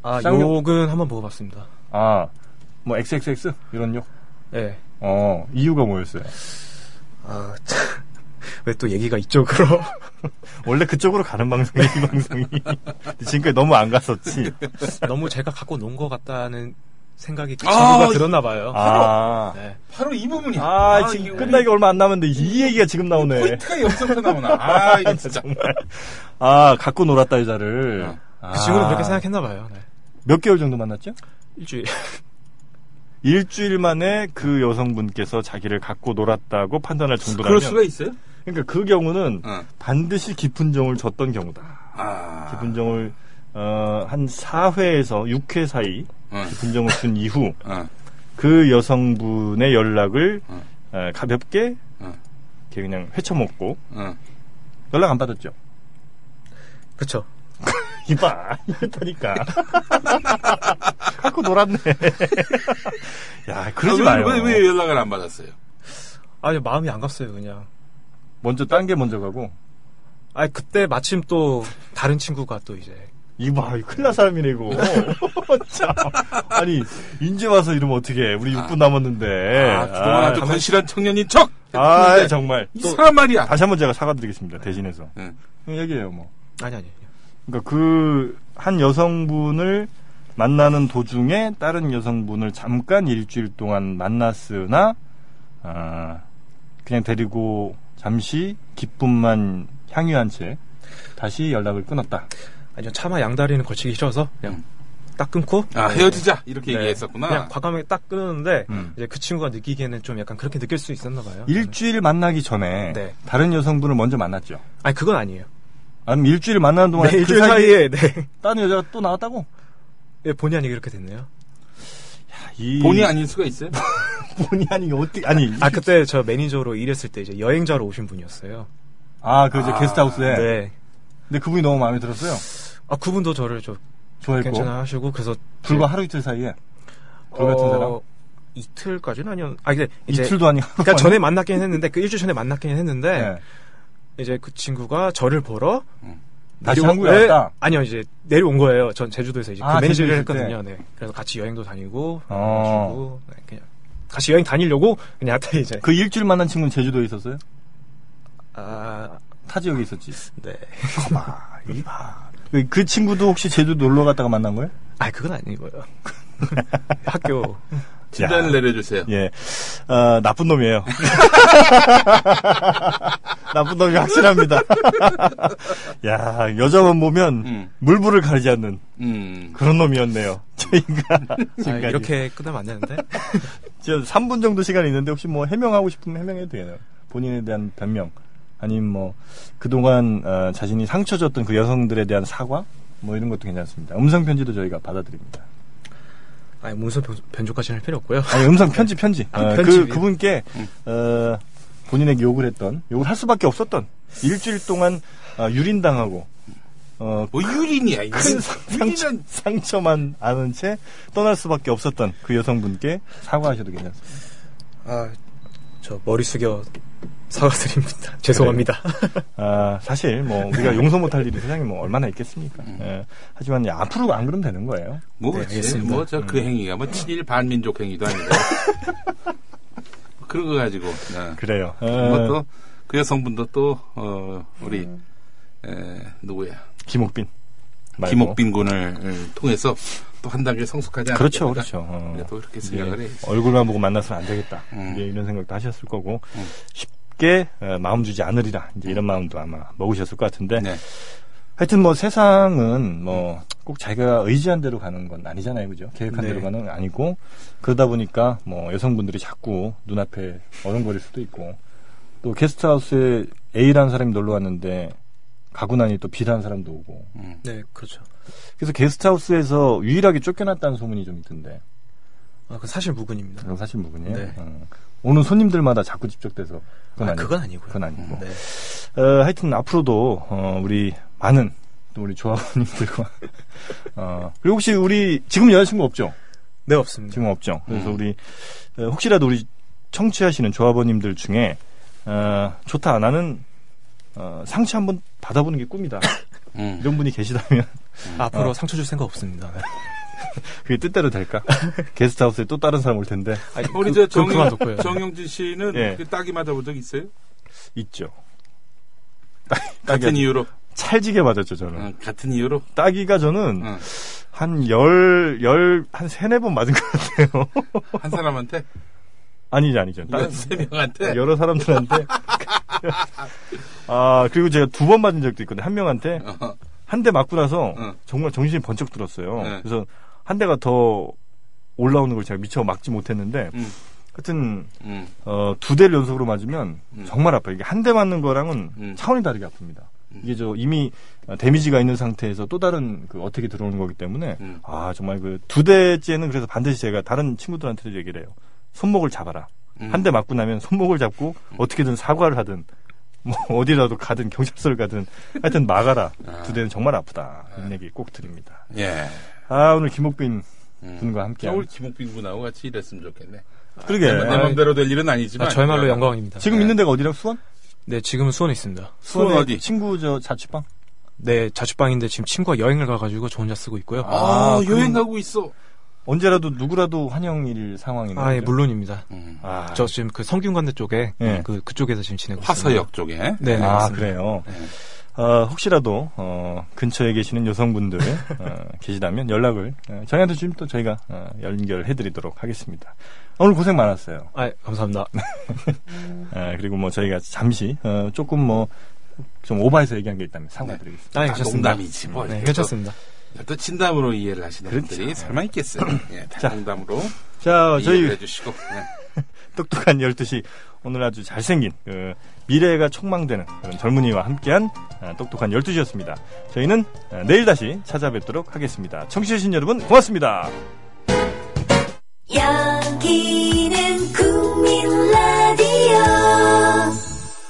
[SPEAKER 3] 아
[SPEAKER 2] 쌍욕?
[SPEAKER 3] 욕은 한번 먹어봤습니다.
[SPEAKER 2] 아, 뭐 XXX 이런 욕.
[SPEAKER 3] 네.
[SPEAKER 2] 어, 이유가 뭐였어요?
[SPEAKER 3] 아, [laughs] 왜 또 얘기가 이쪽으로?
[SPEAKER 2] 원래 그쪽으로 가는 방송이 이 방송이. 근데 지금까지 너무 안 갔었지.
[SPEAKER 3] [laughs] 너무 제가 갖고 논 것 같다는 생각이 그
[SPEAKER 4] 아,
[SPEAKER 3] 친구가
[SPEAKER 4] 이-
[SPEAKER 3] 들었나 봐요.
[SPEAKER 2] 아,
[SPEAKER 3] 네.
[SPEAKER 4] 바로 이 부분이야.
[SPEAKER 2] 아, 지금 끝나기 얼마 안 남았는데 이 얘기가 지금 나오네.
[SPEAKER 4] 포인트가 여기서부터 나오나. 아, 이거 진짜.
[SPEAKER 2] 아, 갖고 놀았다 여자를.
[SPEAKER 4] 어.
[SPEAKER 2] 아,
[SPEAKER 3] 그 친구는 그렇게 생각했나 봐요. 네.
[SPEAKER 2] 몇 개월 정도 만났죠?
[SPEAKER 3] 일주일.
[SPEAKER 2] 일주일 만에 그 여성분께서 자기를 갖고 놀았다고 판단할 정도라면
[SPEAKER 4] 그럴 수가 있어요?
[SPEAKER 2] 그러니까 그 경우는
[SPEAKER 4] 어.
[SPEAKER 2] 반드시 깊은 정을 줬던 경우다.
[SPEAKER 4] 아.
[SPEAKER 2] 깊은 정을 어, 한 4회에서 6회 사이
[SPEAKER 4] 어.
[SPEAKER 2] 깊은 정을 준 이후
[SPEAKER 4] 어.
[SPEAKER 2] 그 여성분의 연락을
[SPEAKER 4] 어.
[SPEAKER 2] 어, 가볍게
[SPEAKER 4] 어.
[SPEAKER 2] 이렇게 그냥 헤쳐먹고
[SPEAKER 4] 어.
[SPEAKER 2] 연락 안 받았죠.
[SPEAKER 3] [laughs] 그쵸.
[SPEAKER 2] 이봐 이랬다니까 갖고 놀았네. 야 그러지
[SPEAKER 4] 아, 왜,
[SPEAKER 2] 마요.
[SPEAKER 4] 왜, 왜 연락을 안 받았어요?
[SPEAKER 3] 아니 마음이 안 갔어요 그냥.
[SPEAKER 2] 먼저 딴 게 먼저 가고
[SPEAKER 3] 아 그때 마침 또 다른 친구가 또 이제
[SPEAKER 2] 이봐 이거 큰일 날 사람이네 이거. 참. 아니 이제 와서 이러면 어떻게 우리 6분 남았는데.
[SPEAKER 4] 아, 그동안 아주
[SPEAKER 2] 네. 가만-
[SPEAKER 4] 건실한 청년인 척!
[SPEAKER 2] 아
[SPEAKER 4] 했는데
[SPEAKER 2] 정말.
[SPEAKER 4] 이
[SPEAKER 2] 또
[SPEAKER 4] 사람 말이야.
[SPEAKER 2] 다시 한 번 제가 사과드리겠습니다 대신해서.
[SPEAKER 4] 응.
[SPEAKER 2] 그럼 얘기해요 뭐.
[SPEAKER 3] 아니 아니.
[SPEAKER 2] 그러니까 그 한 여성분을 만나는 도중에 다른 여성분을 잠깐 일주일 동안 만났으나 아, 그냥 데리고 잠시 기쁨만 향유한 채 다시 연락을 끊었다.
[SPEAKER 3] 아니요 차마 양다리는 걸치기 싫어서 그냥
[SPEAKER 2] 음.
[SPEAKER 3] 딱 끊고
[SPEAKER 4] 아, 헤어지자. 이렇게
[SPEAKER 3] 네.
[SPEAKER 4] 얘기했었구나.
[SPEAKER 3] 그냥 과감하게 딱 끊었는데
[SPEAKER 2] 음.
[SPEAKER 3] 이제 그 친구가 느끼기에는 좀 약간 그렇게 느낄 수 있었나 봐요.
[SPEAKER 2] 일주일 만나기 전에
[SPEAKER 3] 네.
[SPEAKER 2] 다른 여성분을 먼저 만났죠.
[SPEAKER 3] 아니 그건 아니에요.
[SPEAKER 2] 아니 일주일 만나는 동안
[SPEAKER 3] 네,
[SPEAKER 2] 그
[SPEAKER 3] 일주일
[SPEAKER 2] 사이에
[SPEAKER 3] 사이에 네. [laughs]
[SPEAKER 2] 다른 여자가 또 나왔다고?
[SPEAKER 3] 예, 본의 아니게 이렇게 됐네요.
[SPEAKER 2] 이-
[SPEAKER 4] 본의 아닐 수가 있어요?
[SPEAKER 2] 본의 아니 어떻게 아니
[SPEAKER 3] 아 그때 저 매니저로 일했을 때 이제 여행자로 오신 분이었어요.
[SPEAKER 2] 아그 이제
[SPEAKER 4] 아,
[SPEAKER 2] 게스트하우스에
[SPEAKER 3] 네.
[SPEAKER 2] 근데 그분이 너무 마음에 들었어요.
[SPEAKER 3] 아 그분도 저를 좀
[SPEAKER 2] 좋아했고 네.
[SPEAKER 3] 괜찮아 하시고 그래서 어,
[SPEAKER 2] 불과 하루 이틀 사이에 돌 같은 사람?
[SPEAKER 3] 이틀까지는 아니었. 아 근데 이제
[SPEAKER 2] 이틀도 아니 하루
[SPEAKER 3] 그러니까
[SPEAKER 2] 만에-
[SPEAKER 3] 전에 만났긴 했는데 그 일주일 전에 만났긴 했는데
[SPEAKER 2] [laughs] 네.
[SPEAKER 3] 이제 그 친구가 저를 보러
[SPEAKER 4] 음.
[SPEAKER 2] 다시
[SPEAKER 3] 내려오-
[SPEAKER 2] 한국에
[SPEAKER 3] 네,
[SPEAKER 2] 왔다?
[SPEAKER 3] 아니요 이제 내려온 거예요. 전 제주도에서 이제
[SPEAKER 2] 아,
[SPEAKER 3] 그 매니저를
[SPEAKER 2] 제주도 있을
[SPEAKER 3] 했거든요. 네. 그래서 같이 여행도 다니고
[SPEAKER 2] 어.
[SPEAKER 3] 그래가지고 네, 그냥 같이 여행 다니려고 그냥 하다 이제
[SPEAKER 2] 그 일주일 만난 친구는 제주도에 있었어요?
[SPEAKER 3] 아
[SPEAKER 2] 타 지역에 있었지.
[SPEAKER 3] 네.
[SPEAKER 2] 거봐, 이봐. 그, 그 친구도 혹시 제주도 놀러 갔다가 만난 거예요?
[SPEAKER 3] [laughs] 아 그건 아니고요. [laughs] 학교 아,
[SPEAKER 4] 진단을 내려주세요.
[SPEAKER 2] 예. 어, 나쁜 놈이에요. [laughs] 나쁜 놈이 확실합니다. [laughs] 야, 여자만 보면
[SPEAKER 4] 음.
[SPEAKER 2] 물불을 가리지 않는
[SPEAKER 4] 음.
[SPEAKER 2] 그런 놈이었네요. [laughs] 저희가
[SPEAKER 3] 아,
[SPEAKER 2] 지금까지.
[SPEAKER 3] 이렇게 끝나면 안 되는데.
[SPEAKER 2] 지금 3분 정도 시간이 있는데 혹시 뭐 해명하고 싶으면 해명해도 되나요? 본인에 대한 변명 아니면 뭐 그동안 어, 자신이 상처 줬던 그 여성들에 대한 사과 뭐 이런 것도 괜찮습니다. 음성 편지도 저희가 받아드립니다.
[SPEAKER 3] 아니 문서 변- 변조까지는 할 필요 없고요.
[SPEAKER 2] 아니 음성 편지 편지
[SPEAKER 3] 아,
[SPEAKER 2] 어, 그
[SPEAKER 3] 편집이요?
[SPEAKER 2] 그분께 어, 본인에게 욕을 했던 욕을 할 수밖에 없었던 일주일 동안 어, 유린당하고 어,
[SPEAKER 4] 뭐 유린이야. 유린.
[SPEAKER 2] 큰 상처,
[SPEAKER 4] 유린은
[SPEAKER 2] 상처만 아는 채 떠날 수밖에 없었던 그 여성분께 사과하셔도 괜찮습니다.
[SPEAKER 3] 아저 머리 숙여 사과드립니다. [laughs] 죄송합니다.
[SPEAKER 2] 아, 사실 뭐 우리가 용서 못할 일이 세상에 뭐 얼마나 있겠습니까? 예. 하지만 이제 앞으로 안 그러면 되는 거예요.
[SPEAKER 4] 뭐,
[SPEAKER 3] 네,
[SPEAKER 4] 그렇지.
[SPEAKER 3] 알겠습니다.
[SPEAKER 4] 뭐, 저 그 행위가 뭐, 친일 반민족 행위도 아니고. [laughs] 뭐 그런 거 가지고. 네.
[SPEAKER 2] 그래요. 예.
[SPEAKER 4] 그것도, 그 여성분도 또, 어, 우리, 에, 누구야.
[SPEAKER 2] 김옥빈. 말고.
[SPEAKER 4] 김옥빈 군을 통해서 또 한 단계 성숙하지 않을까. 네,
[SPEAKER 2] 그렇죠, 어, 그렇죠. 어.
[SPEAKER 4] 또 그렇게
[SPEAKER 2] 이제
[SPEAKER 4] 생각을 해.
[SPEAKER 2] 얼굴만 보고 만나서는 안 되겠다.
[SPEAKER 4] 음.
[SPEAKER 2] 이제 이런 생각도 하셨을 거고
[SPEAKER 4] 음.
[SPEAKER 2] 쉽게 어, 마음 주지 않으리라 이제 이런 마음도 아마 먹으셨을 것 같은데
[SPEAKER 4] 네.
[SPEAKER 2] 하여튼 뭐 세상은 뭐 꼭 자기가 의지한 대로 가는 건 아니잖아요, 그죠? 계획한
[SPEAKER 3] 네.
[SPEAKER 2] 대로 가는 건 아니고 그러다 보니까 뭐 여성분들이 자꾸 눈앞에 어른거릴 수도 있고 또 게스트하우스에 A라는 사람이 놀러 왔는데 가고 나니 또 비단 사람도 오고.
[SPEAKER 4] 음.
[SPEAKER 3] 네, 그렇죠.
[SPEAKER 2] 그래서 게스트하우스에서 유일하게 쫓겨났다는 소문이 좀 있던데.
[SPEAKER 3] 아, 그건 사실 무근입니다.
[SPEAKER 2] 그건 사실 무근이에요.
[SPEAKER 3] 네.
[SPEAKER 2] 음. 오는 손님들마다 자꾸 집적돼서. 그건
[SPEAKER 3] 아,
[SPEAKER 2] 아니고.
[SPEAKER 3] 그건 아니고요.
[SPEAKER 2] 그건 아니고.
[SPEAKER 3] 네.
[SPEAKER 2] 어, 하여튼 앞으로도 어, 우리 많은 또 우리 조합원님들과 [laughs] 어, 그리고 혹시 우리 지금 여자친구 없죠?
[SPEAKER 3] 네, 없습니다.
[SPEAKER 2] 지금 없죠. 그래서
[SPEAKER 4] 음.
[SPEAKER 2] 우리 어, 혹시라도 우리 청취하시는 조합원님들 중에 어, 좋다 나는 어, 상처 한번 받아보는 게 꿈이다 [coughs]
[SPEAKER 4] 음.
[SPEAKER 2] 이런 분이 계시다면 [laughs]
[SPEAKER 3] 앞으로
[SPEAKER 2] 어.
[SPEAKER 3] 상처 줄 생각 없습니다. 네.
[SPEAKER 2] 그게 뜻대로 될까? [laughs] 게스트하우스에 또 다른 사람 올 텐데
[SPEAKER 3] 아니,
[SPEAKER 4] 우리
[SPEAKER 3] 그,
[SPEAKER 4] 저 정,
[SPEAKER 3] 그건 그만 뒀고요.
[SPEAKER 4] 정영진 씨는
[SPEAKER 2] 예.
[SPEAKER 4] 그 따기 맞아본 적 있어요?
[SPEAKER 2] 있죠.
[SPEAKER 4] 같은 이유로.
[SPEAKER 2] 찰지게 맞았죠 저는.
[SPEAKER 4] 어, 같은 이유로.
[SPEAKER 2] 따기가 저는
[SPEAKER 4] 어.
[SPEAKER 2] 한열열한 세네 번 맞은 것 같아요. [laughs]
[SPEAKER 4] 한 사람한테,
[SPEAKER 2] 아니죠 아니죠. 따-
[SPEAKER 4] 세 명한테.
[SPEAKER 2] 여러
[SPEAKER 4] [laughs]
[SPEAKER 2] 사람들한테. 아, 그리고 제가 두 번 맞은 적도 있거든요. 한 명한테.
[SPEAKER 4] 어,
[SPEAKER 2] 한 대 맞고 나서
[SPEAKER 4] 응.
[SPEAKER 2] 정말 정신이 번쩍 들었어요.
[SPEAKER 4] 네.
[SPEAKER 2] 그래서 한 대가 더 올라오는 걸 제가 미처 막지 못했는데.
[SPEAKER 4] 음.
[SPEAKER 2] 하여튼,
[SPEAKER 4] 음,
[SPEAKER 2] 어, 두 대를 연속으로 맞으면
[SPEAKER 4] 음.
[SPEAKER 2] 정말 아파요. 이게 한 대 맞는 거랑은
[SPEAKER 4] 음.
[SPEAKER 2] 차원이 다르게 아픕니다.
[SPEAKER 4] 음.
[SPEAKER 2] 이게 저 이미 어, 데미지가 있는 상태에서 또 다른 그 어떻게 들어오는 거기 때문에
[SPEAKER 4] 음.
[SPEAKER 2] 아 정말 그 두 대째는 그래서 반드시 제가 다른 친구들한테도 얘기를 해요. 손목을 잡아라.
[SPEAKER 4] 음.
[SPEAKER 2] 한 대 맞고 나면 손목을 잡고 어떻게든 사과를 하든 뭐 [laughs] 어디라도 가든 경찰서를 가든 하여튼 막아라.
[SPEAKER 4] 아.
[SPEAKER 2] 두 대는 정말 아프다. 이런 얘기 꼭 드립니다.
[SPEAKER 4] 예.
[SPEAKER 2] 아 오늘 김옥빈
[SPEAKER 4] 음.
[SPEAKER 2] 분과 함께
[SPEAKER 4] 서울 김옥빈 군하고 같이 일했으면 좋겠네.
[SPEAKER 2] 그러게
[SPEAKER 4] 내 맘대로 될 일은 예. 아니지만. 예.
[SPEAKER 3] 아, 저야말로
[SPEAKER 2] 네.
[SPEAKER 3] 영광입니다.
[SPEAKER 2] 지금 있는 데가 어디랑 수원?
[SPEAKER 3] 네, 지금은 수원에 있습니다.
[SPEAKER 2] 수원
[SPEAKER 4] 수원 어디?
[SPEAKER 2] 친구 저 자취방?
[SPEAKER 3] 네, 자취방인데 지금 친구가 여행을 가가지고 저 혼자 쓰고 있고요.
[SPEAKER 4] 아,
[SPEAKER 2] 아,
[SPEAKER 4] 여행 가고 있어.
[SPEAKER 2] 언제라도 누구라도 환영일 상황이네요.
[SPEAKER 3] 아, 예,
[SPEAKER 2] 그죠?
[SPEAKER 3] 물론입니다.
[SPEAKER 4] 음.
[SPEAKER 2] 아,
[SPEAKER 3] 저 지금 그 성균관대 쪽에
[SPEAKER 2] 예.
[SPEAKER 3] 그 그쪽에서 지금 지내고 있습니다.
[SPEAKER 4] 화서역 쪽에.
[SPEAKER 3] 네, 네,
[SPEAKER 2] 아,
[SPEAKER 3] 맞습니다.
[SPEAKER 2] 그래요. 어, 혹시라도 어, 근처에 계시는 여성분들 어, 계시다면 연락을 어, 저희한테 주면 또 저희가 어, 연결해드리도록 하겠습니다. 오늘 고생 많았어요.
[SPEAKER 3] 아, 감사합니다.
[SPEAKER 2] 네. 아, 그리고 뭐 저희가 잠시 어, 조금 뭐 좀 오바해서 얘기한 게 있다면 사과드리겠습니다.
[SPEAKER 3] 아, 예,
[SPEAKER 4] 다
[SPEAKER 3] 괜찮습니다.
[SPEAKER 4] 농담이지 뭐.
[SPEAKER 3] 네,
[SPEAKER 4] 이렇게
[SPEAKER 3] 괜찮습니다.
[SPEAKER 4] 또 진담으로 이해를 하시는
[SPEAKER 2] 그렇죠.
[SPEAKER 4] 분들이 설마 있겠어요. 예, 다
[SPEAKER 2] 자,
[SPEAKER 4] 농담으로
[SPEAKER 2] 자,
[SPEAKER 4] 이해를
[SPEAKER 3] 네.
[SPEAKER 2] 저희
[SPEAKER 4] 해주시고. 예.
[SPEAKER 2] 똑똑한 12시 오늘 아주 잘생긴 그 미래가 촉망되는 그런 젊은이와 함께한 아, 똑똑한 12시였습니다. 저희는 아, 내일 다시 찾아뵙도록 하겠습니다. 청취해주신 여러분 고맙습니다.
[SPEAKER 1] 여기